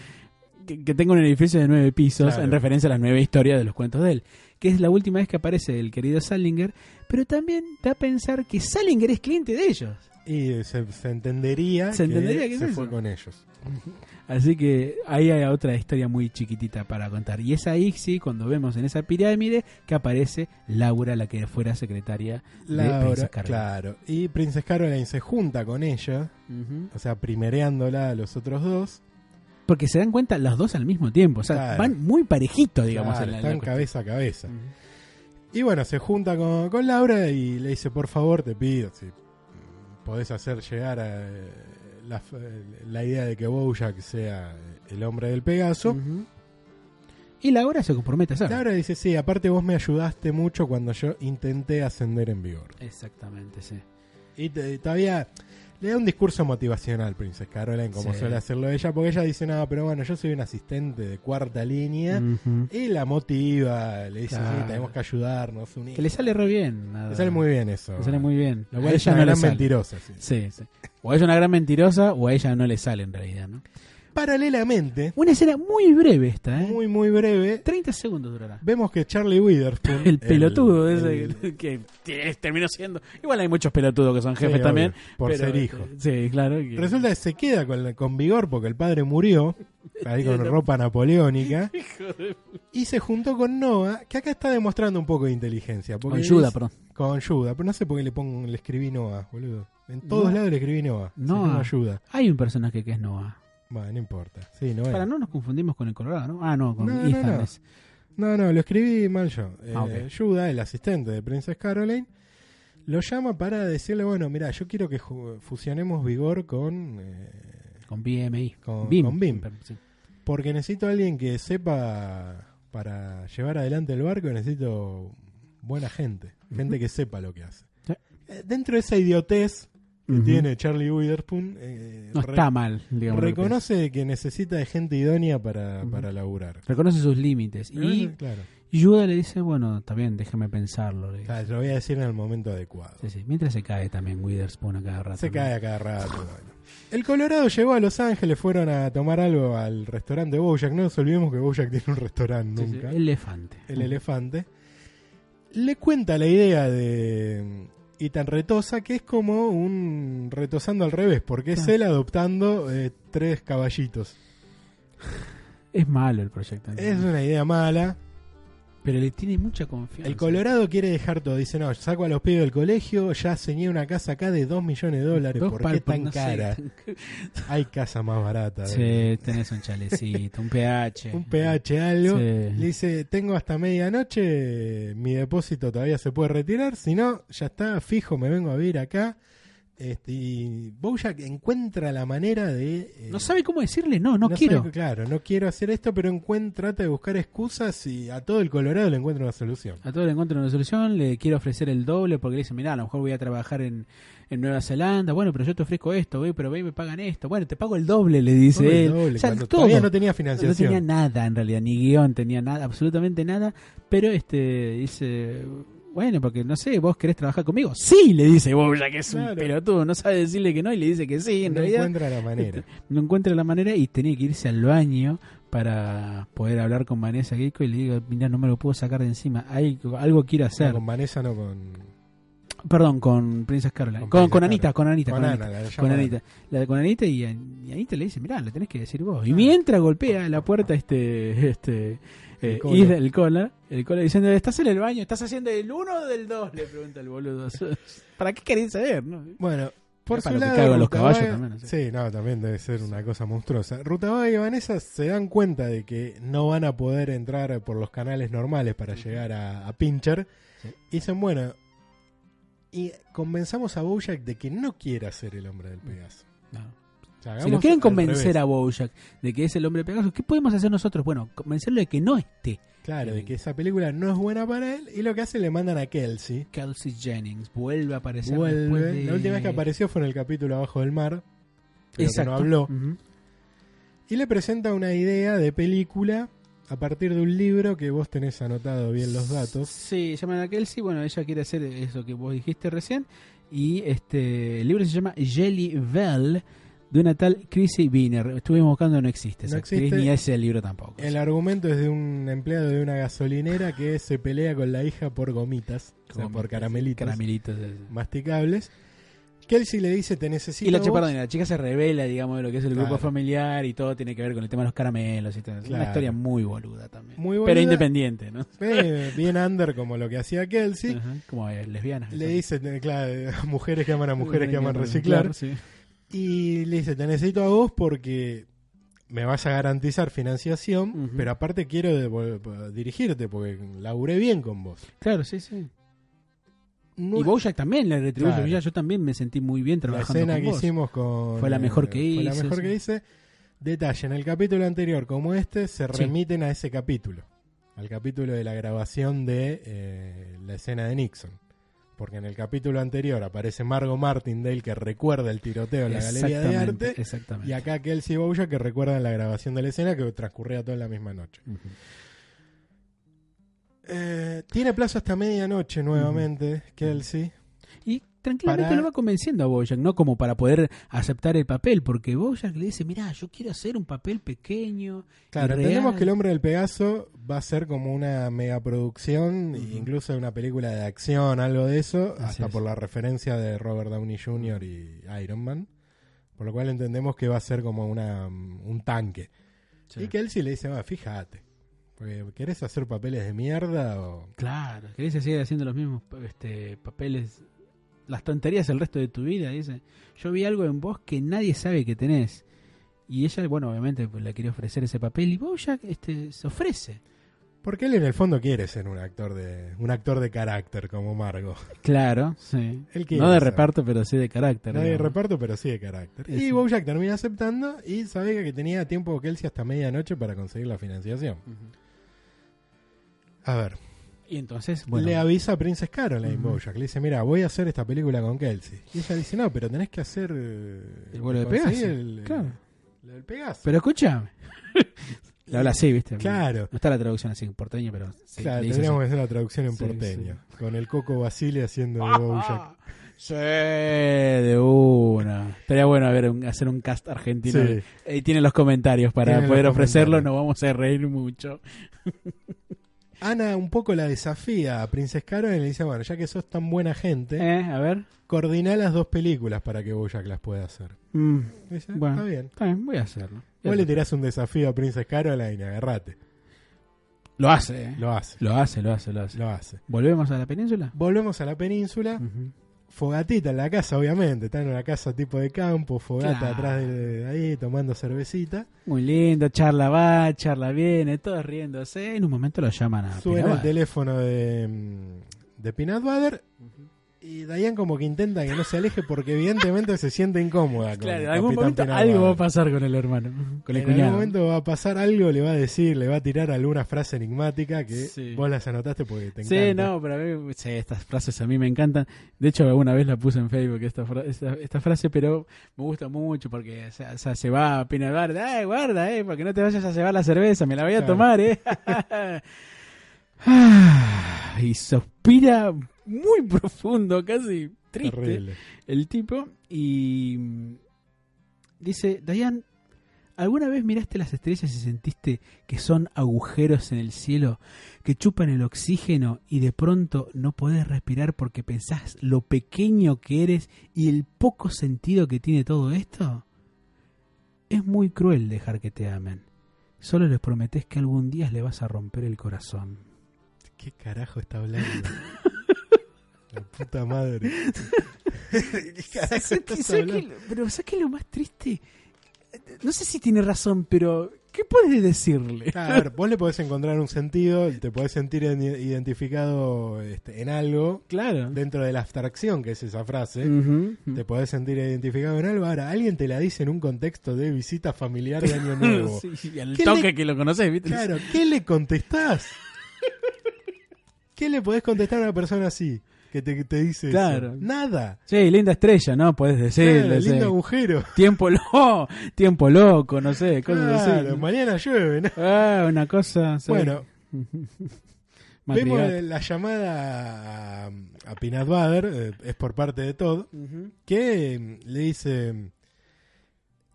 Speaker 2: que, que tenga un edificio de nueve pisos
Speaker 1: Claro.
Speaker 2: en referencia a las nueve historias de los cuentos de él. Que es la última vez que aparece el querido Salinger. Pero también da a pensar que Salinger es cliente de ellos.
Speaker 1: Y se, se entendería
Speaker 2: Se entendería que es
Speaker 1: se
Speaker 2: eso.
Speaker 1: fue con ellos.
Speaker 2: Así que ahí hay otra historia muy chiquitita para contar. Y es ahí, sí, cuando vemos en esa pirámide que aparece Laura, la que fuera secretaria de
Speaker 1: Laura,
Speaker 2: Princess Caroline.
Speaker 1: claro. Y Princess Caroline se junta con ella,
Speaker 2: Ujú.
Speaker 1: o sea, primereándola a los otros dos.
Speaker 2: Porque se dan cuenta los dos al mismo tiempo. O sea,
Speaker 1: Claro.
Speaker 2: van muy parejitos, digamos.
Speaker 1: Claro,
Speaker 2: en la- en la
Speaker 1: están
Speaker 2: cuestión. Mm.
Speaker 1: cabeza a cabeza. Y bueno, se junta con, con Laura y le dice, por favor, te pido, si podés hacer llegar a, eh, la, f- la idea de que Bojack sea el hombre del Pegaso.
Speaker 2: Ujú. Y Laura se compromete a hacerlo.
Speaker 1: Laura dice, sí, aparte vos me ayudaste mucho cuando yo intenté ascender en vigor.
Speaker 2: Exactamente, sí.
Speaker 1: Y te- todavía le da un discurso motivacional, Princess Caroline, como
Speaker 2: Sí.
Speaker 1: suele hacerlo ella, porque ella dice, no, pero bueno, yo soy un asistente de cuarta línea.
Speaker 2: Ujú.
Speaker 1: Y la motiva, le dice,
Speaker 2: Claro.
Speaker 1: sí, tenemos que ayudarnos, unir.
Speaker 2: Que le sale re bien. nada.
Speaker 1: Le sale muy bien eso.
Speaker 2: Le sale muy bien. Lo
Speaker 1: A ella
Speaker 2: cual ella
Speaker 1: es
Speaker 2: no
Speaker 1: una
Speaker 2: le
Speaker 1: gran
Speaker 2: sale.
Speaker 1: mentirosa. sí.
Speaker 2: Sí, sí. O ella es una gran mentirosa o a ella no le sale en realidad, ¿no?
Speaker 1: Paralelamente,
Speaker 2: Una escena muy breve esta, ¿eh?
Speaker 1: muy muy breve,
Speaker 2: 30 segundos durará.
Speaker 1: vemos que Charlie Witherspoon...
Speaker 2: El pelotudo
Speaker 1: el-
Speaker 2: ese
Speaker 1: el-
Speaker 2: (laughs) que que terminó siendo. Igual hay muchos pelotudos que son jefes
Speaker 1: Sí,
Speaker 2: también.
Speaker 1: obvio, por
Speaker 2: pero, este,
Speaker 1: ser hijo.
Speaker 2: Sí, claro. que-
Speaker 1: Resulta que se queda con, la- con vigor porque el padre murió, ahí con ropa
Speaker 2: (laughs)
Speaker 1: napoleónica, y se juntó con Noah, que acá está demostrando un poco de inteligencia. Porque
Speaker 2: Con ayuda,
Speaker 1: es-
Speaker 2: perdón.
Speaker 1: Con ayuda, pero no sé por qué le, pongo, le escribí Noah, boludo. En todos
Speaker 2: Noah.
Speaker 1: lados le escribí Noah. se
Speaker 2: Noah.
Speaker 1: llama ayuda.
Speaker 2: Hay un personaje que es Noah.
Speaker 1: Bueno, no importa. Sí, Noah.
Speaker 2: Para no nos confundimos con el Colorado, ¿no? Ah, no, con
Speaker 1: No, no,
Speaker 2: Ethan.
Speaker 1: no.
Speaker 2: es-
Speaker 1: No, no, lo escribí mal yo. Eh,
Speaker 2: Ah, ok.
Speaker 1: Yuda, el asistente de Princess Caroline, lo llama para decirle, bueno, mira, yo quiero que ju- fusionemos vigor con... eh,
Speaker 2: Con BMI.
Speaker 1: Con-
Speaker 2: BIM.
Speaker 1: con BIM.
Speaker 2: per- sí.
Speaker 1: porque necesito a alguien que sepa, para llevar adelante el barco, necesito buena gente, gente que sepa lo que hace.
Speaker 2: Sí.
Speaker 1: Eh, dentro de esa idiotez que
Speaker 2: Ujú.
Speaker 1: tiene Charlie Witherspoon, eh,
Speaker 2: No
Speaker 1: re-
Speaker 2: está mal, digamos. lo que es.
Speaker 1: reconoce que necesita de gente idónea para,
Speaker 2: Ujú.
Speaker 1: para laburar.
Speaker 2: Reconoce sus límites.
Speaker 1: Eh,
Speaker 2: Y
Speaker 1: claro,
Speaker 2: Yuda le dice, bueno, está bien, déjame pensarlo. le dice.
Speaker 1: Claro, lo voy a decir en el momento adecuado.
Speaker 2: Sí, sí. Mientras se cae también Witherspoon a cada rato.
Speaker 1: Se
Speaker 2: ¿no?
Speaker 1: cae a cada rato. bueno. El Colorado llegó a Los Ángeles, fueron a tomar algo al restaurante Bojack. No nos olvidemos que Bojack tiene un restaurante
Speaker 2: Sí, sí,
Speaker 1: nunca.
Speaker 2: Elefante.
Speaker 1: El elefante. Le cuenta la idea de mm, Ethan Retosa, que es como un retosando al revés, porque es
Speaker 2: Claro.
Speaker 1: él adoptando eh, tres caballitos.
Speaker 2: Es malo el proyecto. ¿no?
Speaker 1: Es una idea mala.
Speaker 2: Pero le tiene mucha confianza.
Speaker 1: El Colorado quiere dejar todo. Dice, no, saco a los pibes del colegio, ya ceñé una casa acá de 2 millones de dólares.
Speaker 2: Dos
Speaker 1: ¿Por
Speaker 2: pal-
Speaker 1: qué tan
Speaker 2: no sé,
Speaker 1: cara?
Speaker 2: tan-
Speaker 1: Hay casa más barata.
Speaker 2: (laughs) Sí, tenés un chalecito, un pH.
Speaker 1: un pH algo. Le
Speaker 2: Eh, Sí.
Speaker 1: dice, tengo hasta medianoche, mi depósito todavía se puede retirar, si no, ya está, fijo, me vengo a vivir acá. Este, y Bojack encuentra la manera de... eh,
Speaker 2: No sabe cómo decirle, no, no,
Speaker 1: sabe-
Speaker 2: quiero.
Speaker 1: claro, no quiero hacer esto, pero encuentra, trata de buscar excusas y a todo el Colorado le encuentra una solución.
Speaker 2: A todo le encuentro una solución, le quiero ofrecer el doble porque le dice, mirá, a lo mejor voy a trabajar en, en Nueva Zelanda, bueno, pero yo te ofrezco esto, güey, pero ve y me pagan esto, bueno, te pago el doble, le dice
Speaker 1: Todo el
Speaker 2: él.
Speaker 1: doble,
Speaker 2: O sea,
Speaker 1: cuando
Speaker 2: todo.
Speaker 1: Todavía no tenía
Speaker 2: No
Speaker 1: financiación.
Speaker 2: tenía nada en realidad, ni guión, tenía nada, absolutamente nada. Pero este dice, bueno, porque no sé, vos querés trabajar conmigo. Sí, le dice vos, ya que es
Speaker 1: Claro.
Speaker 2: un pelotudo, no sabe decirle que no y le dice que sí, en
Speaker 1: No
Speaker 2: realidad.
Speaker 1: encuentra la manera.
Speaker 2: No encuentra la manera y tenía que irse al baño para poder hablar con Vanessa Geico y le digo, mira, no me lo puedo sacar de encima, hay, algo
Speaker 1: No,
Speaker 2: quiero hacer.
Speaker 1: con Vanessa, no con...
Speaker 2: Perdón, con Princess Caroline. Con,
Speaker 1: Con
Speaker 2: con,
Speaker 1: Princess
Speaker 2: Anita, con Anita,
Speaker 1: Con
Speaker 2: con
Speaker 1: Ana,
Speaker 2: Anita.
Speaker 1: la
Speaker 2: Con
Speaker 1: llama
Speaker 2: Anita. La- con Anita y, y Anita le dice, mirá, lo tenés que decir vos. Y mientras golpea la puerta este, este, eh,
Speaker 1: cola.
Speaker 2: Isla, el cola, el cola diciendo, estás en el baño, estás haciendo el uno o del dos, le pregunta el boludo. (laughs) ¿Para qué querés saber? no?
Speaker 1: Bueno, por su
Speaker 2: Para lo que
Speaker 1: lado,
Speaker 2: cagan los
Speaker 1: Rutabaga-
Speaker 2: caballos también, ¿sí?
Speaker 1: Sí, no, también debe ser una cosa monstruosa. Rutabaga y Vanessa se dan cuenta de que no van a poder entrar por los canales normales para llegar a, a Pincher. Y dicen, bueno, y convenzamos a Bojack de que no quiera ser el hombre del Pegaso.
Speaker 2: No.
Speaker 1: O sea,
Speaker 2: Si
Speaker 1: hagamos
Speaker 2: lo quieren
Speaker 1: al
Speaker 2: convencer
Speaker 1: revés.
Speaker 2: a Bojack de que es el hombre Pegaso, ¿qué podemos hacer nosotros? Bueno, convencerlo de que no esté
Speaker 1: Claro, de que esa película no es buena para él. Y lo que hace, le mandan a Kelsey.
Speaker 2: Kelsey Jennings. Vuelve a aparecer.
Speaker 1: Vuelve.
Speaker 2: después de-
Speaker 1: La última vez que apareció fue en el capítulo Abajo del Mar. Pero que
Speaker 2: Exacto.
Speaker 1: no habló.
Speaker 2: Ujú.
Speaker 1: Y le presenta una idea de película a partir de un libro que vos tenés anotado bien los datos.
Speaker 2: Sí, llaman a Kelsey. Bueno, ella quiere hacer eso que vos dijiste recién. Y este el libro se llama Jelly Bell de una tal Chrissy Wiener. Estuvimos buscando, no existe. esa
Speaker 1: No
Speaker 2: actriz,
Speaker 1: existe.
Speaker 2: ni ese libro tampoco.
Speaker 1: El argumento es de un empleado de una gasolinera que se pelea con la hija por gomitas, o sea,
Speaker 2: Como-
Speaker 1: por caramelitos
Speaker 2: Caramelitos. sí, sí.
Speaker 1: masticables. Kelsey le dice, te necesito
Speaker 2: y la,
Speaker 1: vos".
Speaker 2: chica, perdón, y la chica se revela, digamos, de lo que es el
Speaker 1: Claro.
Speaker 2: grupo familiar y todo tiene que ver con el tema de los caramelos y todo. Es una
Speaker 1: Claro.
Speaker 2: historia muy boluda también.
Speaker 1: Muy
Speaker 2: Pero
Speaker 1: boluda.
Speaker 2: independiente, ¿no?
Speaker 1: Eh, bien under como lo que hacía
Speaker 2: (laughs)
Speaker 1: Kelsey.
Speaker 2: Ajá, Como eh, lesbianas.
Speaker 1: Le
Speaker 2: ¿no?
Speaker 1: dice, te- claro, mujeres que aman a mujeres que aman
Speaker 2: Claro,
Speaker 1: reciclar.
Speaker 2: sí.
Speaker 1: Y le dice, te necesito a vos porque me vas a garantizar financiación,
Speaker 2: Ujú.
Speaker 1: pero aparte quiero devol- dirigirte porque laburé bien con vos.
Speaker 2: Claro, sí, sí.
Speaker 1: No-
Speaker 2: Y Bojack también le retribuye.
Speaker 1: Claro.
Speaker 2: Mira, yo también me sentí muy bien
Speaker 1: la
Speaker 2: trabajando
Speaker 1: escena
Speaker 2: con
Speaker 1: que
Speaker 2: vos.
Speaker 1: hicimos con...
Speaker 2: Fue la mejor que
Speaker 1: Fue la
Speaker 2: hice,
Speaker 1: mejor
Speaker 2: sí.
Speaker 1: que hice. Detalle, en el capítulo anterior como este se
Speaker 2: Sí.
Speaker 1: remiten a ese capítulo, al capítulo de la grabación de eh, la escena de Nixon. Porque en el capítulo anterior aparece Margo Martindale que recuerda el tiroteo en la galería de
Speaker 2: Exactamente,
Speaker 1: arte
Speaker 2: Exactamente.
Speaker 1: Y acá Kelsey Bouya que recuerdan la grabación de la escena que transcurría toda la misma noche.
Speaker 2: Ujú.
Speaker 1: Eh, tiene plazo hasta medianoche nuevamente, Kelsey.
Speaker 2: Y tranquilamente
Speaker 1: Para-
Speaker 2: lo va convenciendo a Bojack, ¿no? Como para poder aceptar el papel, porque Bojack le dice, mira, yo quiero hacer un papel pequeño.
Speaker 1: Claro,
Speaker 2: y
Speaker 1: entendemos
Speaker 2: real".
Speaker 1: que El Hombre del Pegaso va a ser como una megaproducción,
Speaker 2: Ujú.
Speaker 1: incluso una película de acción, algo de eso,
Speaker 2: Así
Speaker 1: hasta
Speaker 2: es.
Speaker 1: por la referencia de Robert Downey Jr. y Iron Man. Por lo cual entendemos que va a ser como una, mm, un tanque.
Speaker 2: Sí.
Speaker 1: Y Kelsey le dice, va, fíjate, porque ¿querés hacer papeles de mierda o...?
Speaker 2: Claro, querés seguir haciendo los mismos este, papeles, las tonterías el resto de tu vida, dice. Yo vi algo en vos que nadie sabe que tenés. Y ella, bueno, obviamente pues, le quiere ofrecer ese papel y Bojack este, se ofrece.
Speaker 1: Porque él en el fondo quiere ser un actor de un actor de carácter como Margo.
Speaker 2: Claro, sí.
Speaker 1: Él quiere
Speaker 2: No de
Speaker 1: ser.
Speaker 2: reparto, pero sí de carácter.
Speaker 1: No de
Speaker 2: digamos.
Speaker 1: reparto, pero sí de carácter. Y
Speaker 2: Ese.
Speaker 1: Bojack termina aceptando y sabía que tenía tiempo Kelsey hasta medianoche para conseguir la financiación.
Speaker 2: Ujú.
Speaker 1: A ver,
Speaker 2: Y entonces, bueno,
Speaker 1: le avisa a Princess Caroline
Speaker 2: Ujú.
Speaker 1: Bojack. Le dice, mira, voy a hacer esta película con Kelsey. Y ella dice, no, pero tenés que hacer... eh,
Speaker 2: El vuelo de Pegaso. Claro.
Speaker 1: El Pegaso.
Speaker 2: Pero escúchame. (laughs) Le habla así, ¿viste?
Speaker 1: Claro.
Speaker 2: No está la traducción así en porteño, pero. sí,
Speaker 1: Claro,
Speaker 2: le dice
Speaker 1: tendríamos
Speaker 2: así.
Speaker 1: que hacer la traducción en
Speaker 2: Sí,
Speaker 1: porteño. Con el Coco Basile
Speaker 2: (laughs)
Speaker 1: haciendo de Bojack.
Speaker 2: Ah, Sí, de una. Estaría bueno ver un- hacer un cast argentino.
Speaker 1: Sí.
Speaker 2: Ahí tienen los comentarios para
Speaker 1: Tienen los
Speaker 2: poder ofrecerlo.
Speaker 1: comentarios.
Speaker 2: Nos vamos a reír mucho.
Speaker 1: Ana un poco la desafía a Princess Caroline y le dice, bueno, ya que sos tan buena gente,
Speaker 2: Eh, a ver.
Speaker 1: coordiná las dos películas para que Bojack las pueda hacer.
Speaker 2: Mm,
Speaker 1: Y dice, "Ah,
Speaker 2: Bueno.
Speaker 1: está bien.
Speaker 2: está bien, voy a hacerlo.
Speaker 1: Vos le tirás un desafío a Princess Caroline y agarrate.
Speaker 2: Lo hace, eh.
Speaker 1: Lo hace,
Speaker 2: Lo hace, lo hace, lo hace.
Speaker 1: lo hace.
Speaker 2: ¿Volvemos a la península?
Speaker 1: Volvemos a la península.
Speaker 2: Ujú.
Speaker 1: Fogatita en la casa, obviamente. Está en una casa tipo de campo, fogata
Speaker 2: Claro.
Speaker 1: atrás de, de ahí, tomando cervecita.
Speaker 2: Muy lindo, charla va, charla viene, todos riéndose. En un momento lo llaman a
Speaker 1: Suena el
Speaker 2: Pinabar.
Speaker 1: teléfono de, mm, de Peanut Butter. Y Diane como que intenta que no se aleje porque evidentemente se siente incómoda. con
Speaker 2: Claro, en
Speaker 1: el
Speaker 2: algún
Speaker 1: Capitán
Speaker 2: momento
Speaker 1: Peanut
Speaker 2: algo va a
Speaker 1: Butter.
Speaker 2: pasar con el hermano, con el
Speaker 1: en
Speaker 2: cuñado.
Speaker 1: algún momento va a pasar algo, le va a decir, le va a tirar alguna frase enigmática que
Speaker 2: Sí.
Speaker 1: vos las anotaste porque te encanta.
Speaker 2: Sí, no, pero a mí, sí, estas frases a mí me encantan. De hecho, alguna vez la puse en Facebook esta, fra- esta, esta frase, pero me gusta mucho porque o sea, o sea, se va a Pina Barda. ¡Ay, guarda, eh! Porque no te vayas a llevar la cerveza, me la voy a
Speaker 1: Claro. (laughs)
Speaker 2: tomar, eh. (sighs) Ah, y sospira muy profundo, casi triste
Speaker 1: Terrible.
Speaker 2: el tipo y mm, dice, Dayan, ¿Alguna vez miraste las estrellas y sentiste que son agujeros en el cielo que chupan el oxígeno y de pronto no podés respirar porque pensás lo pequeño que eres y el poco sentido que tiene todo esto? Es muy cruel dejar que te amen. Solo les prometés que algún día le vas a romper el corazón.
Speaker 1: ¿Qué carajo está
Speaker 2: (laughs)
Speaker 1: hablando? La puta madre. ¿Qué
Speaker 2: (laughs)
Speaker 1: carajo
Speaker 2: ¿Sabes qué-
Speaker 1: estás
Speaker 2: sabes qué-
Speaker 1: hablando?
Speaker 2: pero ¿sabes qué es lo más triste? No sé si tiene razón, pero ¿qué puedes decirle?
Speaker 1: Ah, a ver, vos le podés encontrar un sentido, te podés sentir en- identificado este, en algo
Speaker 2: Claro.
Speaker 1: dentro de la abstracción, que es esa frase.
Speaker 2: Ujú.
Speaker 1: Te podés sentir identificado en algo. Ahora, alguien te la dice en un contexto de visita familiar de
Speaker 2: (laughs)
Speaker 1: Año Nuevo.
Speaker 2: (laughs) Sí, y al
Speaker 1: ¿Qué
Speaker 2: toque
Speaker 1: le-
Speaker 2: que lo conoces, ¿viste?
Speaker 1: Claro, ¿qué le contestás? ¿Qué le podés contestar a una persona así que te, te dice eso?
Speaker 2: Claro.
Speaker 1: Nada.
Speaker 2: Sí, linda estrella, ¿no? Podés decir.
Speaker 1: Claro, lindo agujero.
Speaker 2: Tiempo loco, (laughs) tiempo loco, no sé, cosas
Speaker 1: Claro,
Speaker 2: así.
Speaker 1: mañana llueve. ¿no?
Speaker 2: Ah, una cosa. sí.
Speaker 1: Bueno, vemos
Speaker 2: Matriarca.
Speaker 1: la llamada a, a Pinat Bader, eh, es por parte de Todd,
Speaker 2: Ujú.
Speaker 1: que eh, le dice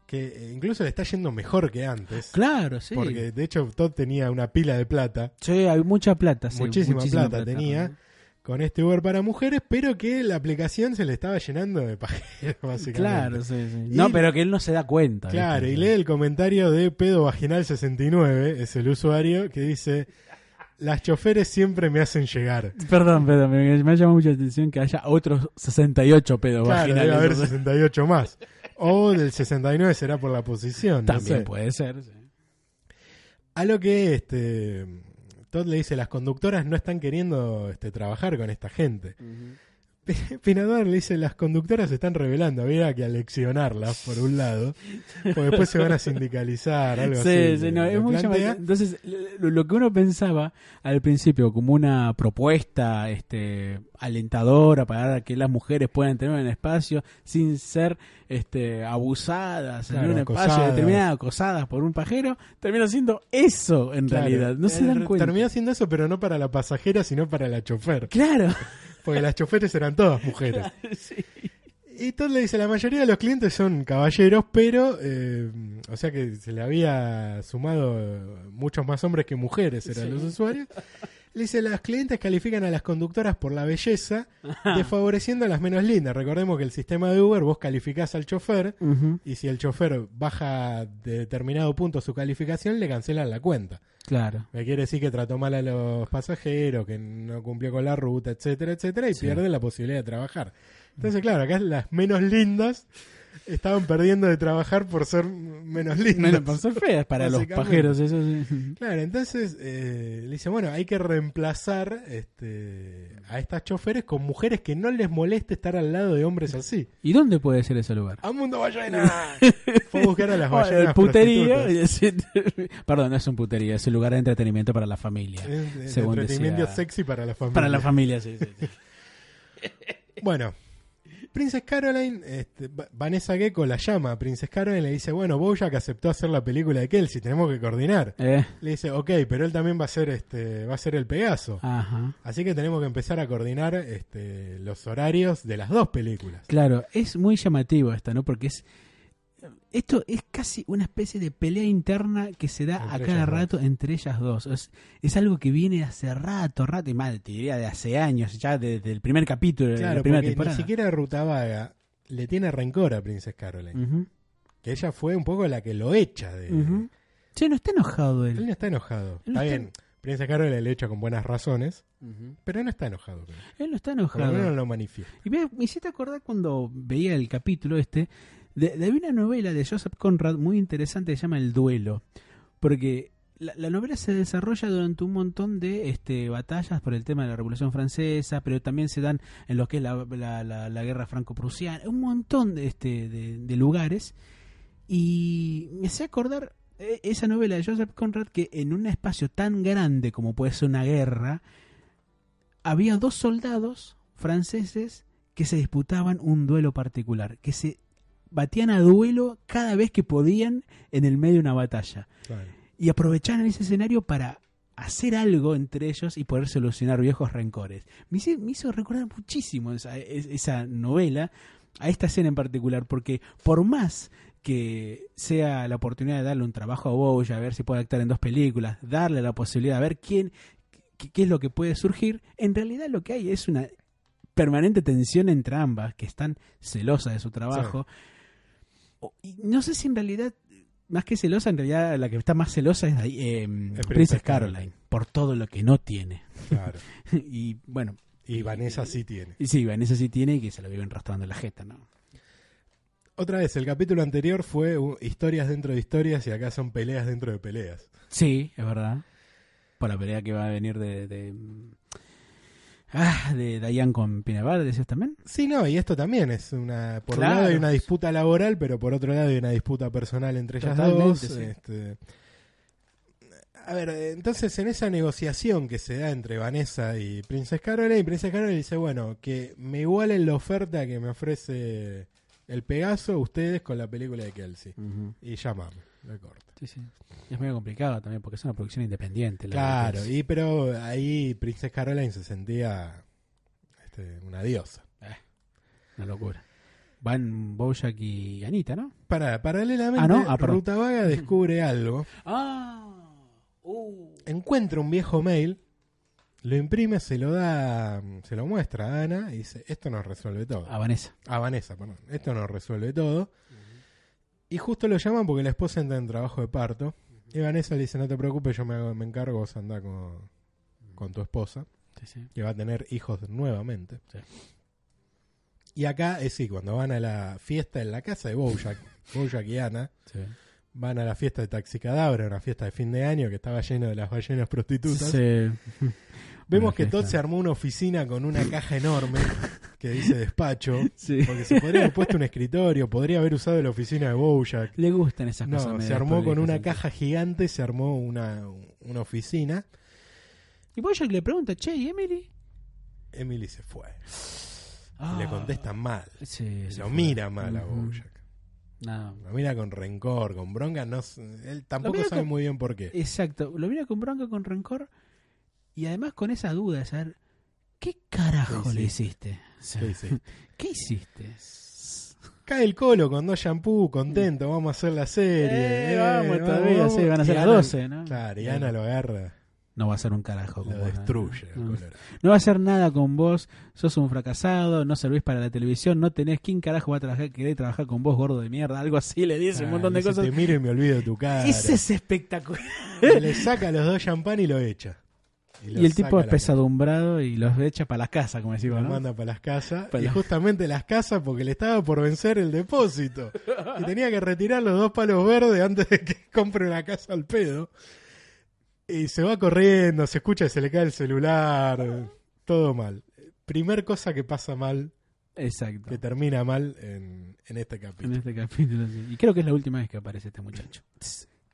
Speaker 1: que eh, incluso le está yendo mejor que antes.
Speaker 2: Claro, sí.
Speaker 1: Porque de hecho Todd tenía una pila de plata
Speaker 2: Sí, hay mucha plata. sí,
Speaker 1: Muchísima plata tenía.
Speaker 2: Ujú.
Speaker 1: con este Uber para mujeres, pero que la aplicación se le estaba llenando de pajeros, (laughs) básicamente.
Speaker 2: Claro, sí, sí.
Speaker 1: Y-
Speaker 2: No, pero que él no se da cuenta.
Speaker 1: Claro,
Speaker 2: ¿viste?
Speaker 1: y lee el comentario de Pedo Vaginal 69, es el usuario, que dice, las choferes siempre me hacen llegar.
Speaker 2: Perdón, perdón, me, me ha llamado mucha atención que haya otros 68 pedos
Speaker 1: Claro, debe
Speaker 2: vaginales.
Speaker 1: haber
Speaker 2: o sea,
Speaker 1: 68 más. O del 69 será por la posición. no
Speaker 2: También
Speaker 1: sé.
Speaker 2: puede ser. sí.
Speaker 1: A lo que este Todd le dice, las conductoras no están queriendo este, trabajar con esta gente. (laughs) Pinador le dice, las conductoras se están revelando, había que aleccionarlas, por un lado, porque después se van a sindicalizar, algo
Speaker 2: Sí,
Speaker 1: así.
Speaker 2: sí, no,
Speaker 1: le
Speaker 2: es muy
Speaker 1: plantea.
Speaker 2: llamativo. Entonces, lo, lo que uno pensaba al principio como una propuesta este, alentadora para que las mujeres puedan tener un espacio sin ser este, abusadas,
Speaker 1: Claro,
Speaker 2: en un espacio
Speaker 1: acosadas.
Speaker 2: determinado, acosadas por un pajero, termina siendo eso en
Speaker 1: Claro, Eh,
Speaker 2: realidad. No se
Speaker 1: él
Speaker 2: dan cuenta.
Speaker 1: Terminó haciendo eso, pero no para la pasajera, sino para la chofer. (laughs)
Speaker 2: Claro.
Speaker 1: Porque las choferes eran todas mujeres.
Speaker 2: (laughs) Sí.
Speaker 1: Y Todd le dice, la mayoría de los clientes son caballeros, pero, eh, o sea que se le había sumado eh, muchos más hombres que mujeres eran
Speaker 2: Sí.
Speaker 1: los usuarios. Le dice, las clientes califican a las conductoras por la belleza, desfavoreciendo a las menos lindas. Recordemos que el sistema de Uber, vos calificás al chofer
Speaker 2: Ujú,
Speaker 1: y si el chofer baja de determinado punto su calificación, le cancelan la cuenta.
Speaker 2: Claro.
Speaker 1: (laughs) Me quiere decir que trató mal a los pasajeros, que no cumplió con la ruta, etcétera, etcétera, y
Speaker 2: Sí.
Speaker 1: pierde la posibilidad de trabajar. Entonces, claro, acá las menos lindas estaban perdiendo de trabajar por ser menos lindas.
Speaker 2: Menos por ser feas para los
Speaker 1: Básicamente.
Speaker 2: pajeros, eso sí.
Speaker 1: Claro, entonces eh, le dice, bueno, hay que reemplazar este, a estas choferes con mujeres que no les moleste estar al lado de hombres así.
Speaker 2: ¿Y dónde puede ser ese lugar?
Speaker 1: ¡A mundo ballena! Fue a buscar a
Speaker 2: (laughs)
Speaker 1: las
Speaker 2: Ah,
Speaker 1: ballenas
Speaker 2: el puterío.
Speaker 1: prostitutas.
Speaker 2: (laughs) Perdón, no es un puterío, es un lugar de entretenimiento para la familia.
Speaker 1: Es- es
Speaker 2: según
Speaker 1: entretenimiento
Speaker 2: decía-
Speaker 1: sexy para la familia.
Speaker 2: (laughs) Para la familia, sí, sí, sí.
Speaker 1: (laughs) Bueno, Princess Caroline, este, Va- Vanessa Gecko la llama a Princess Caroline y le dice, bueno, Bojack aceptó hacer la película de Kelsey, tenemos que coordinar.
Speaker 2: Eh,
Speaker 1: Le dice, ok, pero él también va a ser, este, va a ser el Pegaso.
Speaker 2: ajá.
Speaker 1: Así que tenemos que empezar a coordinar este, los horarios de las dos películas.
Speaker 2: Claro, es muy llamativo esta, ¿no? Porque es. Esto es casi una especie de pelea interna que se da
Speaker 1: Entre
Speaker 2: a cada
Speaker 1: ellas dos.
Speaker 2: rato entre ellas dos. Es, es algo que viene de hace rato, rato, y más, te diría de hace años, ya desde el primer capítulo, de la
Speaker 1: Claro,
Speaker 2: primera
Speaker 1: porque
Speaker 2: temporada.
Speaker 1: ni siquiera Rutabaga le tiene rencor a Princess Caroline,
Speaker 2: Ujú,
Speaker 1: que ella fue un poco la que lo echa de...
Speaker 2: ujú. Che, no está enojado
Speaker 1: Eh. Él
Speaker 2: él.
Speaker 1: no está enojado.
Speaker 2: Él
Speaker 1: Está
Speaker 2: no está-
Speaker 1: bien, Princess Caroline le echa con buenas razones, pero no está enojado. con él.
Speaker 2: Él no está
Speaker 1: Por lo
Speaker 2: enojado.
Speaker 1: menos lo manifiesta.
Speaker 2: Y me, me hiciste acordar cuando veía el capítulo este, de, de una novela de Joseph Conrad muy interesante que se llama El Duelo, porque la, la novela se desarrolla durante un montón de este, batallas por el tema de la Revolución Francesa, pero también se dan en lo que es la, la- la- la guerra franco-prusiana, un montón de, este, de, de lugares. Y me hacía acordar eh, esa novela de Joseph Conrad que en un espacio tan grande como puede ser una guerra, había dos soldados franceses que se disputaban un duelo particular, que se batían a duelo cada vez que podían en el medio de una batalla.
Speaker 1: Claro.
Speaker 2: Y aprovechaban ese escenario para hacer algo entre ellos y poder solucionar viejos rencores. Me hizo, me hizo recordar muchísimo esa, es- esa novela a esta escena en particular, porque por más que sea la oportunidad de darle un trabajo a Bowie, a ver si puede actuar en dos películas, darle la posibilidad de ver quién, qué, qué es lo que puede surgir, en realidad lo que hay es una permanente tensión entre ambas, que están celosas de su trabajo. O- Y no sé si en realidad, más que celosa, en realidad la que está más celosa es ahí, eh, Princess Caroline,
Speaker 1: Caroline.
Speaker 2: por todo lo que no tiene. (laughs)
Speaker 1: Claro.
Speaker 2: y bueno,
Speaker 1: Y Vanessa sí tiene.
Speaker 2: y sí, Vanessa sí tiene y que se lo viven rastrando en la jeta, ¿no?
Speaker 1: Otra vez, el capítulo anterior fue uh, historias dentro de historias y acá son peleas dentro de peleas.
Speaker 2: Sí, es verdad. Por la pelea que va a venir de. de ah, de Dayan con Pinabar, decías también.
Speaker 1: Sí, no, y esto también es una. Por un
Speaker 2: Claro.
Speaker 1: lado hay una disputa laboral, pero por otro lado hay una disputa personal entre ellas
Speaker 2: Totalmente,
Speaker 1: dos.
Speaker 2: sí.
Speaker 1: este. a ver, eh, entonces en esa negociación que se da entre Vanessa y Princess Caroline, Princess Caroline dice: Bueno, que me igualen la oferta que me ofrece el Pegaso ustedes con la película de Kelsey. Y llamame, la corta.
Speaker 2: Sí, sí. Y Es medio complicado también porque es una producción independiente. la
Speaker 1: Claro,
Speaker 2: verdad que es.
Speaker 1: y pero ahí Princess Caroline se sentía este, una diosa.
Speaker 2: Una locura. Van Bojack y Anita, ¿no?
Speaker 1: Para, paralelamente,
Speaker 2: Ah, ¿no? Ah, perdón.
Speaker 1: Ruta Vaga descubre algo,
Speaker 2: ¡Ah! ¡Uh!
Speaker 1: encuentra un viejo mail, lo imprime, se lo da, se lo muestra a Ana y dice, esto nos resuelve todo.
Speaker 2: A Vanessa.
Speaker 1: A Vanessa, perdón, esto nos resuelve todo. Y justo lo llaman porque la esposa entra en trabajo de parto. Y Vanessa le dice, no te preocupes, yo me, hago- me encargo, vos andá con, con tu esposa.
Speaker 2: Sí, sí.
Speaker 1: que va a tener hijos nuevamente.
Speaker 2: Sí.
Speaker 1: Y acá es sí, cuando van a la fiesta en la casa de
Speaker 2: (laughs)
Speaker 1: Bojack, Bojack y Ana,
Speaker 2: Sí.
Speaker 1: van a la fiesta de Taxicadabra, una fiesta de fin de año que estaba lleno de las ballenas prostitutas.
Speaker 2: Sí.
Speaker 1: Vemos
Speaker 2: Una
Speaker 1: que Todd
Speaker 2: fiesta.
Speaker 1: se armó una oficina con una caja enorme que dice despacho,
Speaker 2: Sí.
Speaker 1: porque se podría haber puesto un escritorio, podría haber usado la oficina de Bojack.
Speaker 2: Le gustan esas cosas.
Speaker 1: No,
Speaker 2: medias
Speaker 1: se armó con
Speaker 2: prolijos,
Speaker 1: una
Speaker 2: sí.
Speaker 1: caja gigante, se armó una, una oficina.
Speaker 2: Y Bojack le pregunta, che, ¿y Emily?
Speaker 1: Emily se fue.
Speaker 2: Ah.
Speaker 1: Y le contesta mal.
Speaker 2: Sí, sí,
Speaker 1: Lo
Speaker 2: fue.
Speaker 1: mira mal a
Speaker 2: Ujú.
Speaker 1: Bojack.
Speaker 2: No.
Speaker 1: Lo mira con rencor, con bronca, no s- él tampoco
Speaker 2: mira
Speaker 1: sabe
Speaker 2: con-
Speaker 1: muy bien por
Speaker 2: (laughs)
Speaker 1: qué.
Speaker 2: Exacto, lo mira con bronca, con rencor y además con esa duda de saber qué carajo
Speaker 1: ¿Qué
Speaker 2: le hiciste. O sea,
Speaker 1: ¿Qué dice?
Speaker 2: ¿Qué hiciste?
Speaker 1: Cae el colo con dos shampoo, contento, vamos a hacer la serie.
Speaker 2: Eh, vamos todavía, sí, van a
Speaker 1: Y
Speaker 2: ser las
Speaker 1: Ana-
Speaker 2: 12, ¿no?
Speaker 1: Claro, y Ana lo agarra,
Speaker 2: No va a ser un carajo.
Speaker 1: lo
Speaker 2: como-
Speaker 1: destruye. al
Speaker 2: (laughs) No,
Speaker 1: colorado.
Speaker 2: No va a hacer nada con vos, sos un fracasado, no servís para la televisión, no tenés quién carajo va a trabajar, querer trabajar con vos, gordo de mierda, algo así, le dice un
Speaker 1: Ah,
Speaker 2: montón
Speaker 1: le
Speaker 2: de
Speaker 1: dice,
Speaker 2: cosas.
Speaker 1: Te miro y me olvido de
Speaker 2: (laughs)
Speaker 1: tu cara.
Speaker 2: Ese es espectacular.
Speaker 1: Y Le saca los dos champán y lo echa. lo
Speaker 2: Y el
Speaker 1: saca
Speaker 2: tipo
Speaker 1: a
Speaker 2: es
Speaker 1: la
Speaker 2: pesadumbrado y los echa para la casa, como
Speaker 1: calle,
Speaker 2: decimos,
Speaker 1: Lo
Speaker 2: ¿no?
Speaker 1: manda para las casas.
Speaker 2: Para
Speaker 1: y
Speaker 2: la-
Speaker 1: justamente las casas porque le estaba por vencer el depósito. y tenía que retirar los dos palos verdes antes de que (laughs) compre una casa al pedo. Y se va corriendo, se escucha que se le cae el celular. Todo mal. Primer cosa que pasa mal,
Speaker 2: Exacto.
Speaker 1: que termina mal en, en este
Speaker 2: en
Speaker 1: capítulo.
Speaker 2: este capítulo. sí. Y creo que es la última vez que aparece este muchacho.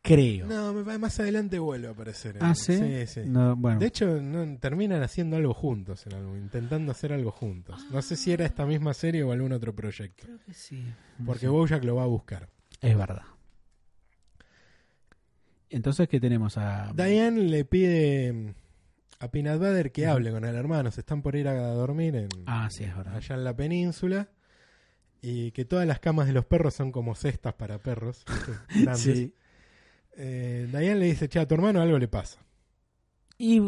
Speaker 2: Creo.
Speaker 1: No, me parece más adelante vuelve a aparecer.
Speaker 2: ah, sí.
Speaker 1: Sí, sí.
Speaker 2: No, bueno.
Speaker 1: De hecho, no, terminan haciendo algo juntos, en algo, intentando hacer algo juntos. No sé si era esta misma serie o algún otro proyecto.
Speaker 2: Creo que sí.
Speaker 1: Porque Bojack lo va a buscar.
Speaker 2: Es verdad. Entonces, ¿qué tenemos a.
Speaker 1: Diane le pide mm, a Peanut Butter que hable con el hermano. Se están por ir a dormir en,
Speaker 2: Ah, sí, es verdad.
Speaker 1: allá en la península. Y que todas las camas de los perros son como cestas para perros. (laughs) ¿viste? Grandes.
Speaker 2: Sí.
Speaker 1: Eh, Diane le dice, che, a tu hermano algo le pasa.
Speaker 2: Y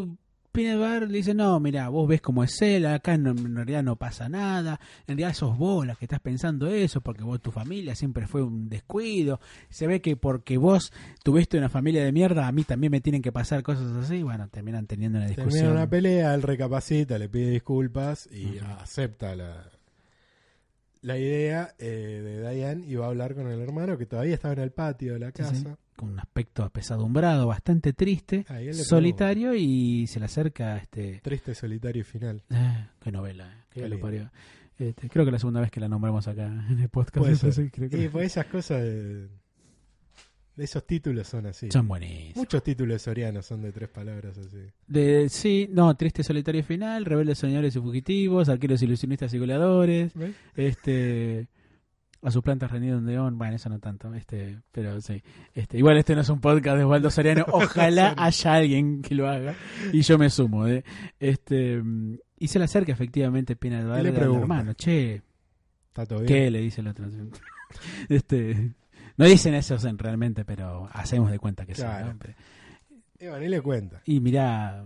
Speaker 2: Pinebar le dice: No, mira, vos ves cómo es él. Acá no- en realidad no pasa nada. En realidad sos vos la que estás pensando eso. Porque vos, tu familia siempre fue un descuido. Se ve que porque vos tuviste una familia de mierda, a mí también me tienen que pasar cosas así. Bueno, terminan teniendo una discusión.
Speaker 1: Termina una pelea, él recapacita, le pide disculpas y
Speaker 2: Ujú.
Speaker 1: acepta la, la idea eh, de Diane y va a hablar con el hermano que todavía estaba en el patio de la
Speaker 2: Sí,
Speaker 1: casa.
Speaker 2: sí. con un aspecto apesadumbrado, bastante triste,
Speaker 1: Ah, y él le
Speaker 2: solitario y se le acerca este
Speaker 1: Triste, solitario y final.
Speaker 2: ah, qué novela, eh, que
Speaker 1: Qué
Speaker 2: lo
Speaker 1: lindo.
Speaker 2: parió. Este, creo que la segunda vez que la nombramos acá en el podcast. (laughs)
Speaker 1: Puede ser.
Speaker 2: entonces creo que-
Speaker 1: Y pues esas cosas de, de esos títulos son así.
Speaker 2: Son buenísimas.
Speaker 1: Muchos títulos sorianos son de tres palabras así.
Speaker 2: De, sí, no, triste, solitario y final, rebeldes, soñadores y fugitivos, arqueros, ilusionistas y goleadores,
Speaker 1: ¿Ves?
Speaker 2: este, a sus plantas rendido un león, bueno, eso no tanto, este, pero sí. Este, igual este no es un podcast de
Speaker 1: (laughs)
Speaker 2: Osvaldo Soriano, ojalá haya alguien que lo haga y yo me sumo. ¿eh? Este, mm, y se le acerca efectivamente Pina del Valle al
Speaker 1: pregunta?
Speaker 2: hermano, che,
Speaker 1: Está todo bien.
Speaker 2: ¿qué le dice el otro? (laughs) Este, No dicen eso o sea, realmente, pero hacemos de cuenta que
Speaker 1: Claro.
Speaker 2: sí. ¿no? Pero-
Speaker 1: Evan, él le cuenta.
Speaker 2: Y mirá,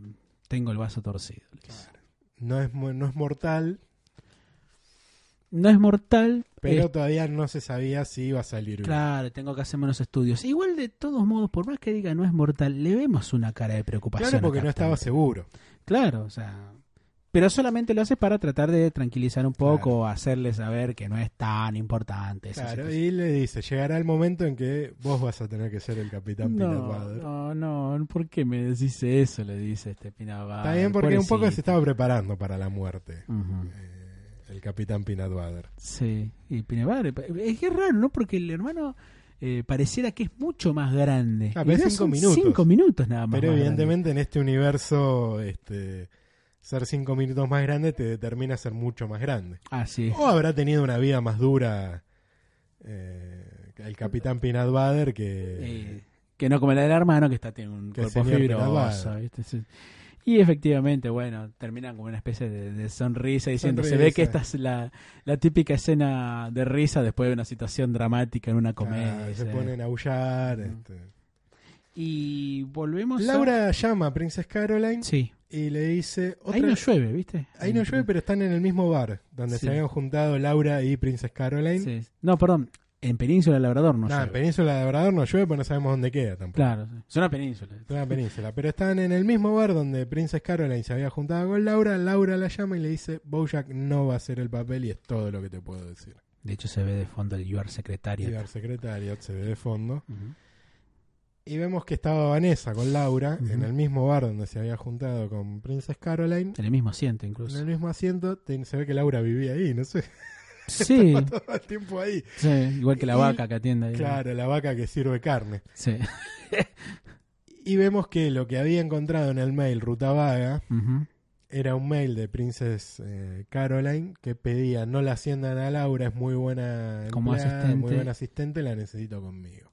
Speaker 2: tengo el vaso torcido. le dice.
Speaker 1: No es, mu- no es mortal,
Speaker 2: No es mortal,
Speaker 1: pero
Speaker 2: eh,
Speaker 1: todavía no se sabía si iba a salir. vivo.
Speaker 2: claro, tengo que hacerme unos estudios. Igual de todos modos, por más que diga no es mortal, le vemos una cara de preocupación.
Speaker 1: Claro, porque
Speaker 2: al
Speaker 1: no estaba
Speaker 2: capitán.
Speaker 1: seguro.
Speaker 2: Claro, o sea, pero solamente lo hace para tratar de tranquilizar un poco o hacerle saber que no es tan importante. esa
Speaker 1: Claro,
Speaker 2: situación.
Speaker 1: y le dice, llegará el momento en que vos vas a tener que ser el capitán Peanut
Speaker 2: No, Ah,
Speaker 1: Butter".
Speaker 2: no, no, ¿por qué me decís eso? Le dice este Pinabal.
Speaker 1: Está bien porque un poco se estaba preparando para la muerte el capitán Peanut Butter.
Speaker 2: Sí, y Pinabal. Es que es raro, ¿no? Porque el hermano eh, pareciera que es mucho más grande.
Speaker 1: Ah, pero
Speaker 2: Y no
Speaker 1: es cinco
Speaker 2: son
Speaker 1: minutos.
Speaker 2: Cinco minutos nada más.
Speaker 1: Pero
Speaker 2: más
Speaker 1: evidentemente en este universo, este, ser cinco minutos más grande te determina ser mucho más grande.
Speaker 2: grande. Así es.
Speaker 1: O habrá tenido una vida más dura eh, el capitán Peanut Butter que...
Speaker 2: Eh, que no como la del hermano que está tiene un
Speaker 1: Que
Speaker 2: cuerpo
Speaker 1: señor
Speaker 2: fibroso
Speaker 1: Pinabal.
Speaker 2: ¿viste? Sí. y efectivamente bueno terminan con una especie de, de sonrisa diciendo se ve
Speaker 1: Sonrisa.
Speaker 2: que esta es la, la típica escena de risa después de una situación dramática en una comedia
Speaker 1: ah, se
Speaker 2: ¿eh?
Speaker 1: ponen a aullar.
Speaker 2: Mm.
Speaker 1: este.
Speaker 2: y volvemos a-
Speaker 1: Laura llama a Princess Caroline
Speaker 2: sí
Speaker 1: y le dice... Otra...
Speaker 2: ahí no llueve viste
Speaker 1: Ahí no llueve, pero están en el mismo bar donde
Speaker 2: Sí.
Speaker 1: se habían juntado Laura y Princess Caroline.
Speaker 2: Sí. no perdón en Península del Labrador no
Speaker 1: Nah, en
Speaker 2: llueve
Speaker 1: Península de Labrador no llueve, pero no sabemos dónde queda tampoco.
Speaker 2: claro sí. es una península
Speaker 1: Es una península. Pero están en el mismo bar donde Princess Caroline se había juntado con Laura. Laura la llama y le dice: Bojack no va a hacer el papel y es todo lo que te puedo decir.
Speaker 2: de hecho se ve de fondo el UR
Speaker 1: Y
Speaker 2: secretario
Speaker 1: el secretario se ve de fondo.
Speaker 2: Ujú.
Speaker 1: Y vemos que estaba Vanessa con Laura
Speaker 2: Ujú.
Speaker 1: en el mismo bar donde se había juntado con Princess Caroline.
Speaker 2: en el mismo asiento
Speaker 1: En
Speaker 2: incluso
Speaker 1: el mismo asiento Te- se ve que Laura vivía ahí, no sé, (laughs)
Speaker 2: sí,
Speaker 1: todo el tiempo ahí.
Speaker 2: sí igual que la
Speaker 1: Y-
Speaker 2: vaca que atiende ahí
Speaker 1: Claro, la vaca que sirve carne.
Speaker 2: sí
Speaker 1: Y vemos que lo que había encontrado en el mail Ruta Vaga
Speaker 2: Ujú.
Speaker 1: era un mail de Princess eh, Caroline que pedía no la asciendan a Laura, es muy buena
Speaker 2: Como
Speaker 1: empleada,
Speaker 2: asistente.
Speaker 1: muy buena asistente, la necesito conmigo.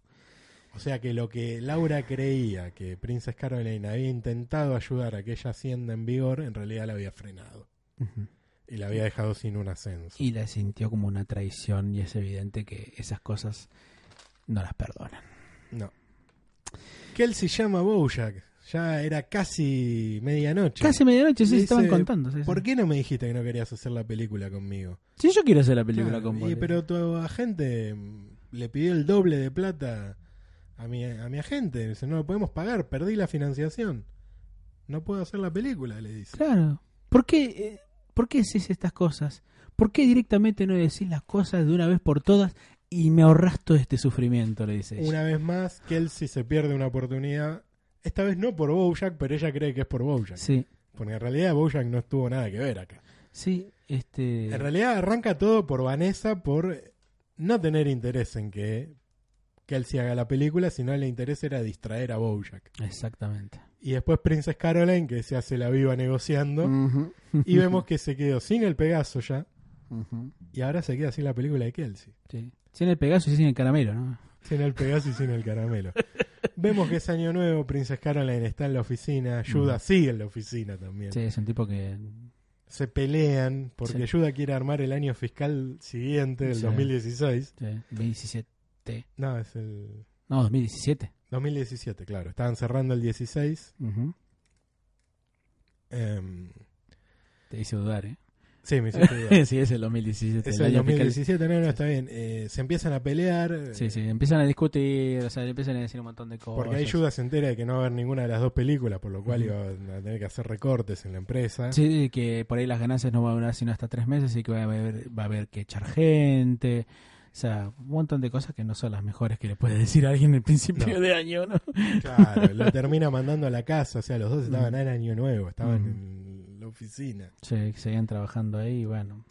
Speaker 1: O sea que lo que Laura creía que Princess Caroline había intentado ayudar a que ella ascienda en vigor, en realidad la había frenado
Speaker 2: Ujú.
Speaker 1: y la había dejado sin un ascenso.
Speaker 2: Y la sintió como una traición y es evidente que esas cosas no las perdonan.
Speaker 1: No. Kelsey llama a Bojack, ya era casi medianoche.
Speaker 2: Casi medianoche, sí,
Speaker 1: Dice,
Speaker 2: estaban contando. Sí, sí.
Speaker 1: ¿Por qué no me dijiste que no querías hacer la película conmigo?
Speaker 2: Sí, yo quiero hacer la película
Speaker 1: Claro,
Speaker 2: con vos.
Speaker 1: Ah, y- pero tu agente mm, le pidió el doble de plata a mi, a mi agente. Dice, no lo podemos pagar, perdí la financiación. No puedo hacer la película, le dice.
Speaker 2: Claro. ¿Por qué, eh, ¿Por qué decís estas cosas? ¿Por qué directamente no decís las cosas de una vez por todas y me ahorras todo este sufrimiento? Le dice ella.
Speaker 1: Una vez más, Kelsey se pierde una oportunidad. Esta vez no por Bojack, pero ella cree que es por Bojack.
Speaker 2: Sí,
Speaker 1: Porque en realidad Bojack no estuvo nada que ver acá.
Speaker 2: sí, este...
Speaker 1: En realidad arranca todo por Vanessa por eh, no tener interés en que Kelsey haga la película, sino el interés era distraer a Bojack.
Speaker 2: Exactamente.
Speaker 1: Y después Princess Caroline, que se hace la viva negociando.
Speaker 2: Ujú.
Speaker 1: Y vemos que se quedó sin el Pegaso ya.
Speaker 2: Ujú.
Speaker 1: Y ahora se queda sin la película de Kelsey.
Speaker 2: (laughs) Sí. Sin el Pegaso y sin el caramelo, ¿no?
Speaker 1: Sin el Pegaso y sin el caramelo. vemos que es año nuevo. Princess Caroline está en la oficina. Yuda sigue en la oficina también.
Speaker 2: Mm. Sí, es un tipo que...
Speaker 1: Se pelean porque
Speaker 2: Sí.
Speaker 1: Yuda quiere armar el año fiscal siguiente, el
Speaker 2: Sí.
Speaker 1: 2016.
Speaker 2: sí, 2017.
Speaker 1: No, es el
Speaker 2: No, 2017.
Speaker 1: 2017, claro. Estaban cerrando el 16.
Speaker 2: Ujú.
Speaker 1: Em,
Speaker 2: Te hice dudar, ¿eh?
Speaker 1: sí, me hiciste dudar.
Speaker 2: sí, es (laughs) el 2017.
Speaker 1: Es
Speaker 2: el
Speaker 1: el
Speaker 2: año fiscal.
Speaker 1: 2017, no, no, está bien. Eh, se empiezan a pelear.
Speaker 2: Sí, sí, empiezan a discutir, o sea, le empiezan a decir un montón de cosas.
Speaker 1: Porque ahí Yuda se entera de que no va a haber ninguna de las dos películas, por lo cual
Speaker 2: Ujú.
Speaker 1: iba a tener que hacer recortes en la empresa.
Speaker 2: Sí, que por ahí las ganancias no van a durar sino hasta tres meses y que va a haber, va a haber que echar gente. O sea, un montón de cosas que no son las mejores que le puede decir a alguien en principio
Speaker 1: No.
Speaker 2: de año, ¿no?
Speaker 1: Claro, lo termina mandando a la casa, o sea,
Speaker 2: Mm.
Speaker 1: los dos estaban en año nuevo, estaban
Speaker 2: Ujú.
Speaker 1: en la oficina.
Speaker 2: Sí, que seguían trabajando ahí, bueno.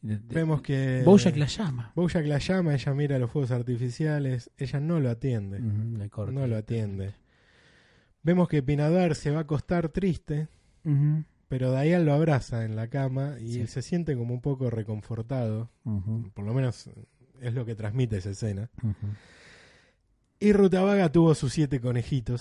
Speaker 2: De- de-
Speaker 1: Vemos que
Speaker 2: Bojack la llama.
Speaker 1: Bojack la llama, ella mira los fuegos artificiales, ella no lo atiende,
Speaker 2: Ujú, le corta.
Speaker 1: no lo atiende. Vemos que Pinadar se va a acostar triste,
Speaker 2: Ujú,
Speaker 1: pero Dayan lo abraza en la cama y
Speaker 2: Sí.
Speaker 1: se siente como un poco reconfortado,
Speaker 2: ujú,
Speaker 1: por lo menos es lo que transmite esa escena.
Speaker 2: ujú.
Speaker 1: Y Rutabaga tuvo sus siete conejitos.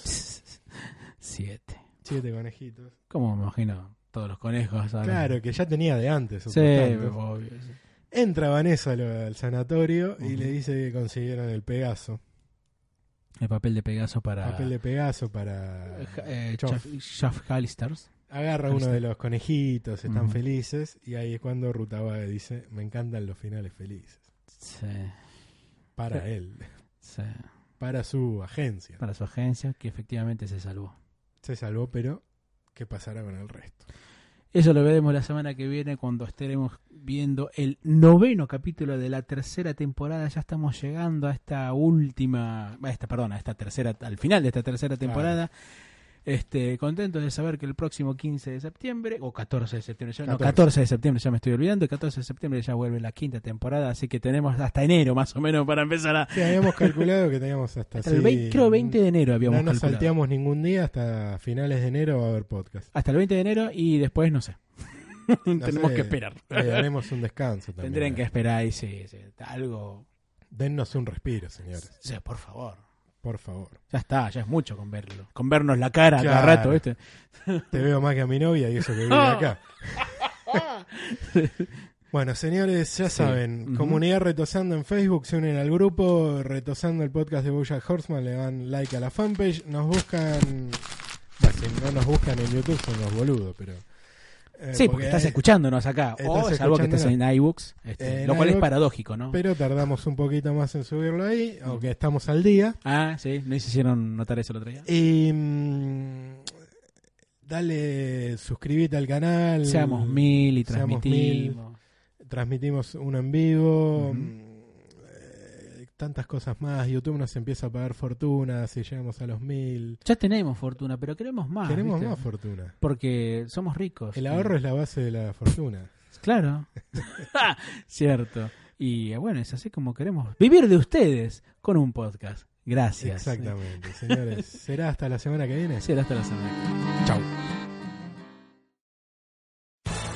Speaker 2: Siete.
Speaker 1: Siete conejitos.
Speaker 2: Como me imagino todos los conejos. ahora.
Speaker 1: Claro, que ya tenía de antes.
Speaker 2: Ah. Sí,
Speaker 1: otros tantos.
Speaker 2: obvio. sí.
Speaker 1: Entra Vanessa al, al sanatorio y le dice que consiguieron el Pegaso.
Speaker 2: El papel de Pegaso para.
Speaker 1: Papel de Pegaso para.
Speaker 2: Ah. Ja- eh,
Speaker 1: Choff.
Speaker 2: Chaff- Chaff Hallisters.
Speaker 1: Agarra uno de los conejitos, están
Speaker 2: Ujú.
Speaker 1: felices. Y ahí es cuando Rutabaga dice: Me encantan los finales felices.
Speaker 2: Sí, (laughs)
Speaker 1: Para él,
Speaker 2: sí.
Speaker 1: para su agencia.
Speaker 2: Para su agencia, que efectivamente se salvó.
Speaker 1: Se salvó, pero ¿qué pasará con el resto?
Speaker 2: Eso lo veremos la semana que viene cuando estaremos viendo el noveno capítulo de la tercera temporada. Ya estamos llegando a esta última, a esta, perdón, a esta tercera, al final de esta tercera temporada. Este, contentos de saber que el próximo 15 de septiembre, o 14 de septiembre, ya, no,
Speaker 1: 14.
Speaker 2: 14 de septiembre, ya me estoy olvidando, el 14 de septiembre ya vuelve la quinta temporada, así que tenemos hasta enero más o menos para empezar a...
Speaker 1: Sí, habíamos calculado que teníamos hasta,
Speaker 2: Hasta el
Speaker 1: así-
Speaker 2: 20, creo 20 de enero
Speaker 1: No
Speaker 2: habíamos
Speaker 1: nos
Speaker 2: calculado.
Speaker 1: salteamos ningún día hasta finales de enero va a haber podcast.
Speaker 2: Hasta el 20 de enero y después no sé. (laughs) Tenemos
Speaker 1: sé,
Speaker 2: que esperar.
Speaker 1: Le daremos un descanso también.
Speaker 2: Tendrán que esperar y sí, sí, algo.
Speaker 1: Dennos un respiro, señores.
Speaker 2: O sea, por favor.
Speaker 1: Por favor.
Speaker 2: Ya está, ya es mucho con verlo. Con vernos la cara cada
Speaker 1: Claro. Eh,
Speaker 2: rato, ¿viste?
Speaker 1: Te veo más que a mi novia y eso que vive
Speaker 2: (laughs)
Speaker 1: acá. Bueno, señores, ya saben,
Speaker 2: Ujú.
Speaker 1: comunidad retosando en Facebook, se unen al grupo, retosando el podcast de Bojack Horseman, le dan like a la fanpage, nos buscan, bah, si no nos buscan en YouTube son los boludos, pero... eh,
Speaker 2: sí, porque estás
Speaker 1: ahí-
Speaker 2: escuchándonos acá. O
Speaker 1: eh, estás
Speaker 2: salvo que estés en iBooks.
Speaker 1: Eh,
Speaker 2: este,
Speaker 1: en
Speaker 2: lo cual es
Speaker 1: iBooks,
Speaker 2: paradójico, ¿no?
Speaker 1: Pero tardamos un poquito más en subirlo ahí, aunque estamos al día.
Speaker 2: Ah, sí, ¿no se hicieron notar eso el otro día?
Speaker 1: Y mm, dale, suscríbete al canal.
Speaker 2: Seamos mil y
Speaker 1: seamos
Speaker 2: transmitimos.
Speaker 1: Transmitimos uno en vivo.
Speaker 2: Ujú.
Speaker 1: mm, eh, Tantas cosas más. YouTube nos empieza a pagar fortuna si llegamos a los mil.
Speaker 2: Ya tenemos fortuna, pero queremos más.
Speaker 1: Queremos
Speaker 2: Ah, ¿viste?
Speaker 1: más fortuna.
Speaker 2: Porque somos ricos.
Speaker 1: El ahorro es la base de la fortuna.
Speaker 2: Claro. (laughs) Cierto. Y eh, bueno, es así como queremos vivir de ustedes con un podcast. Gracias.
Speaker 1: Exactamente, señores. ¿Será hasta la semana que viene?
Speaker 2: Será hasta la semana. que viene.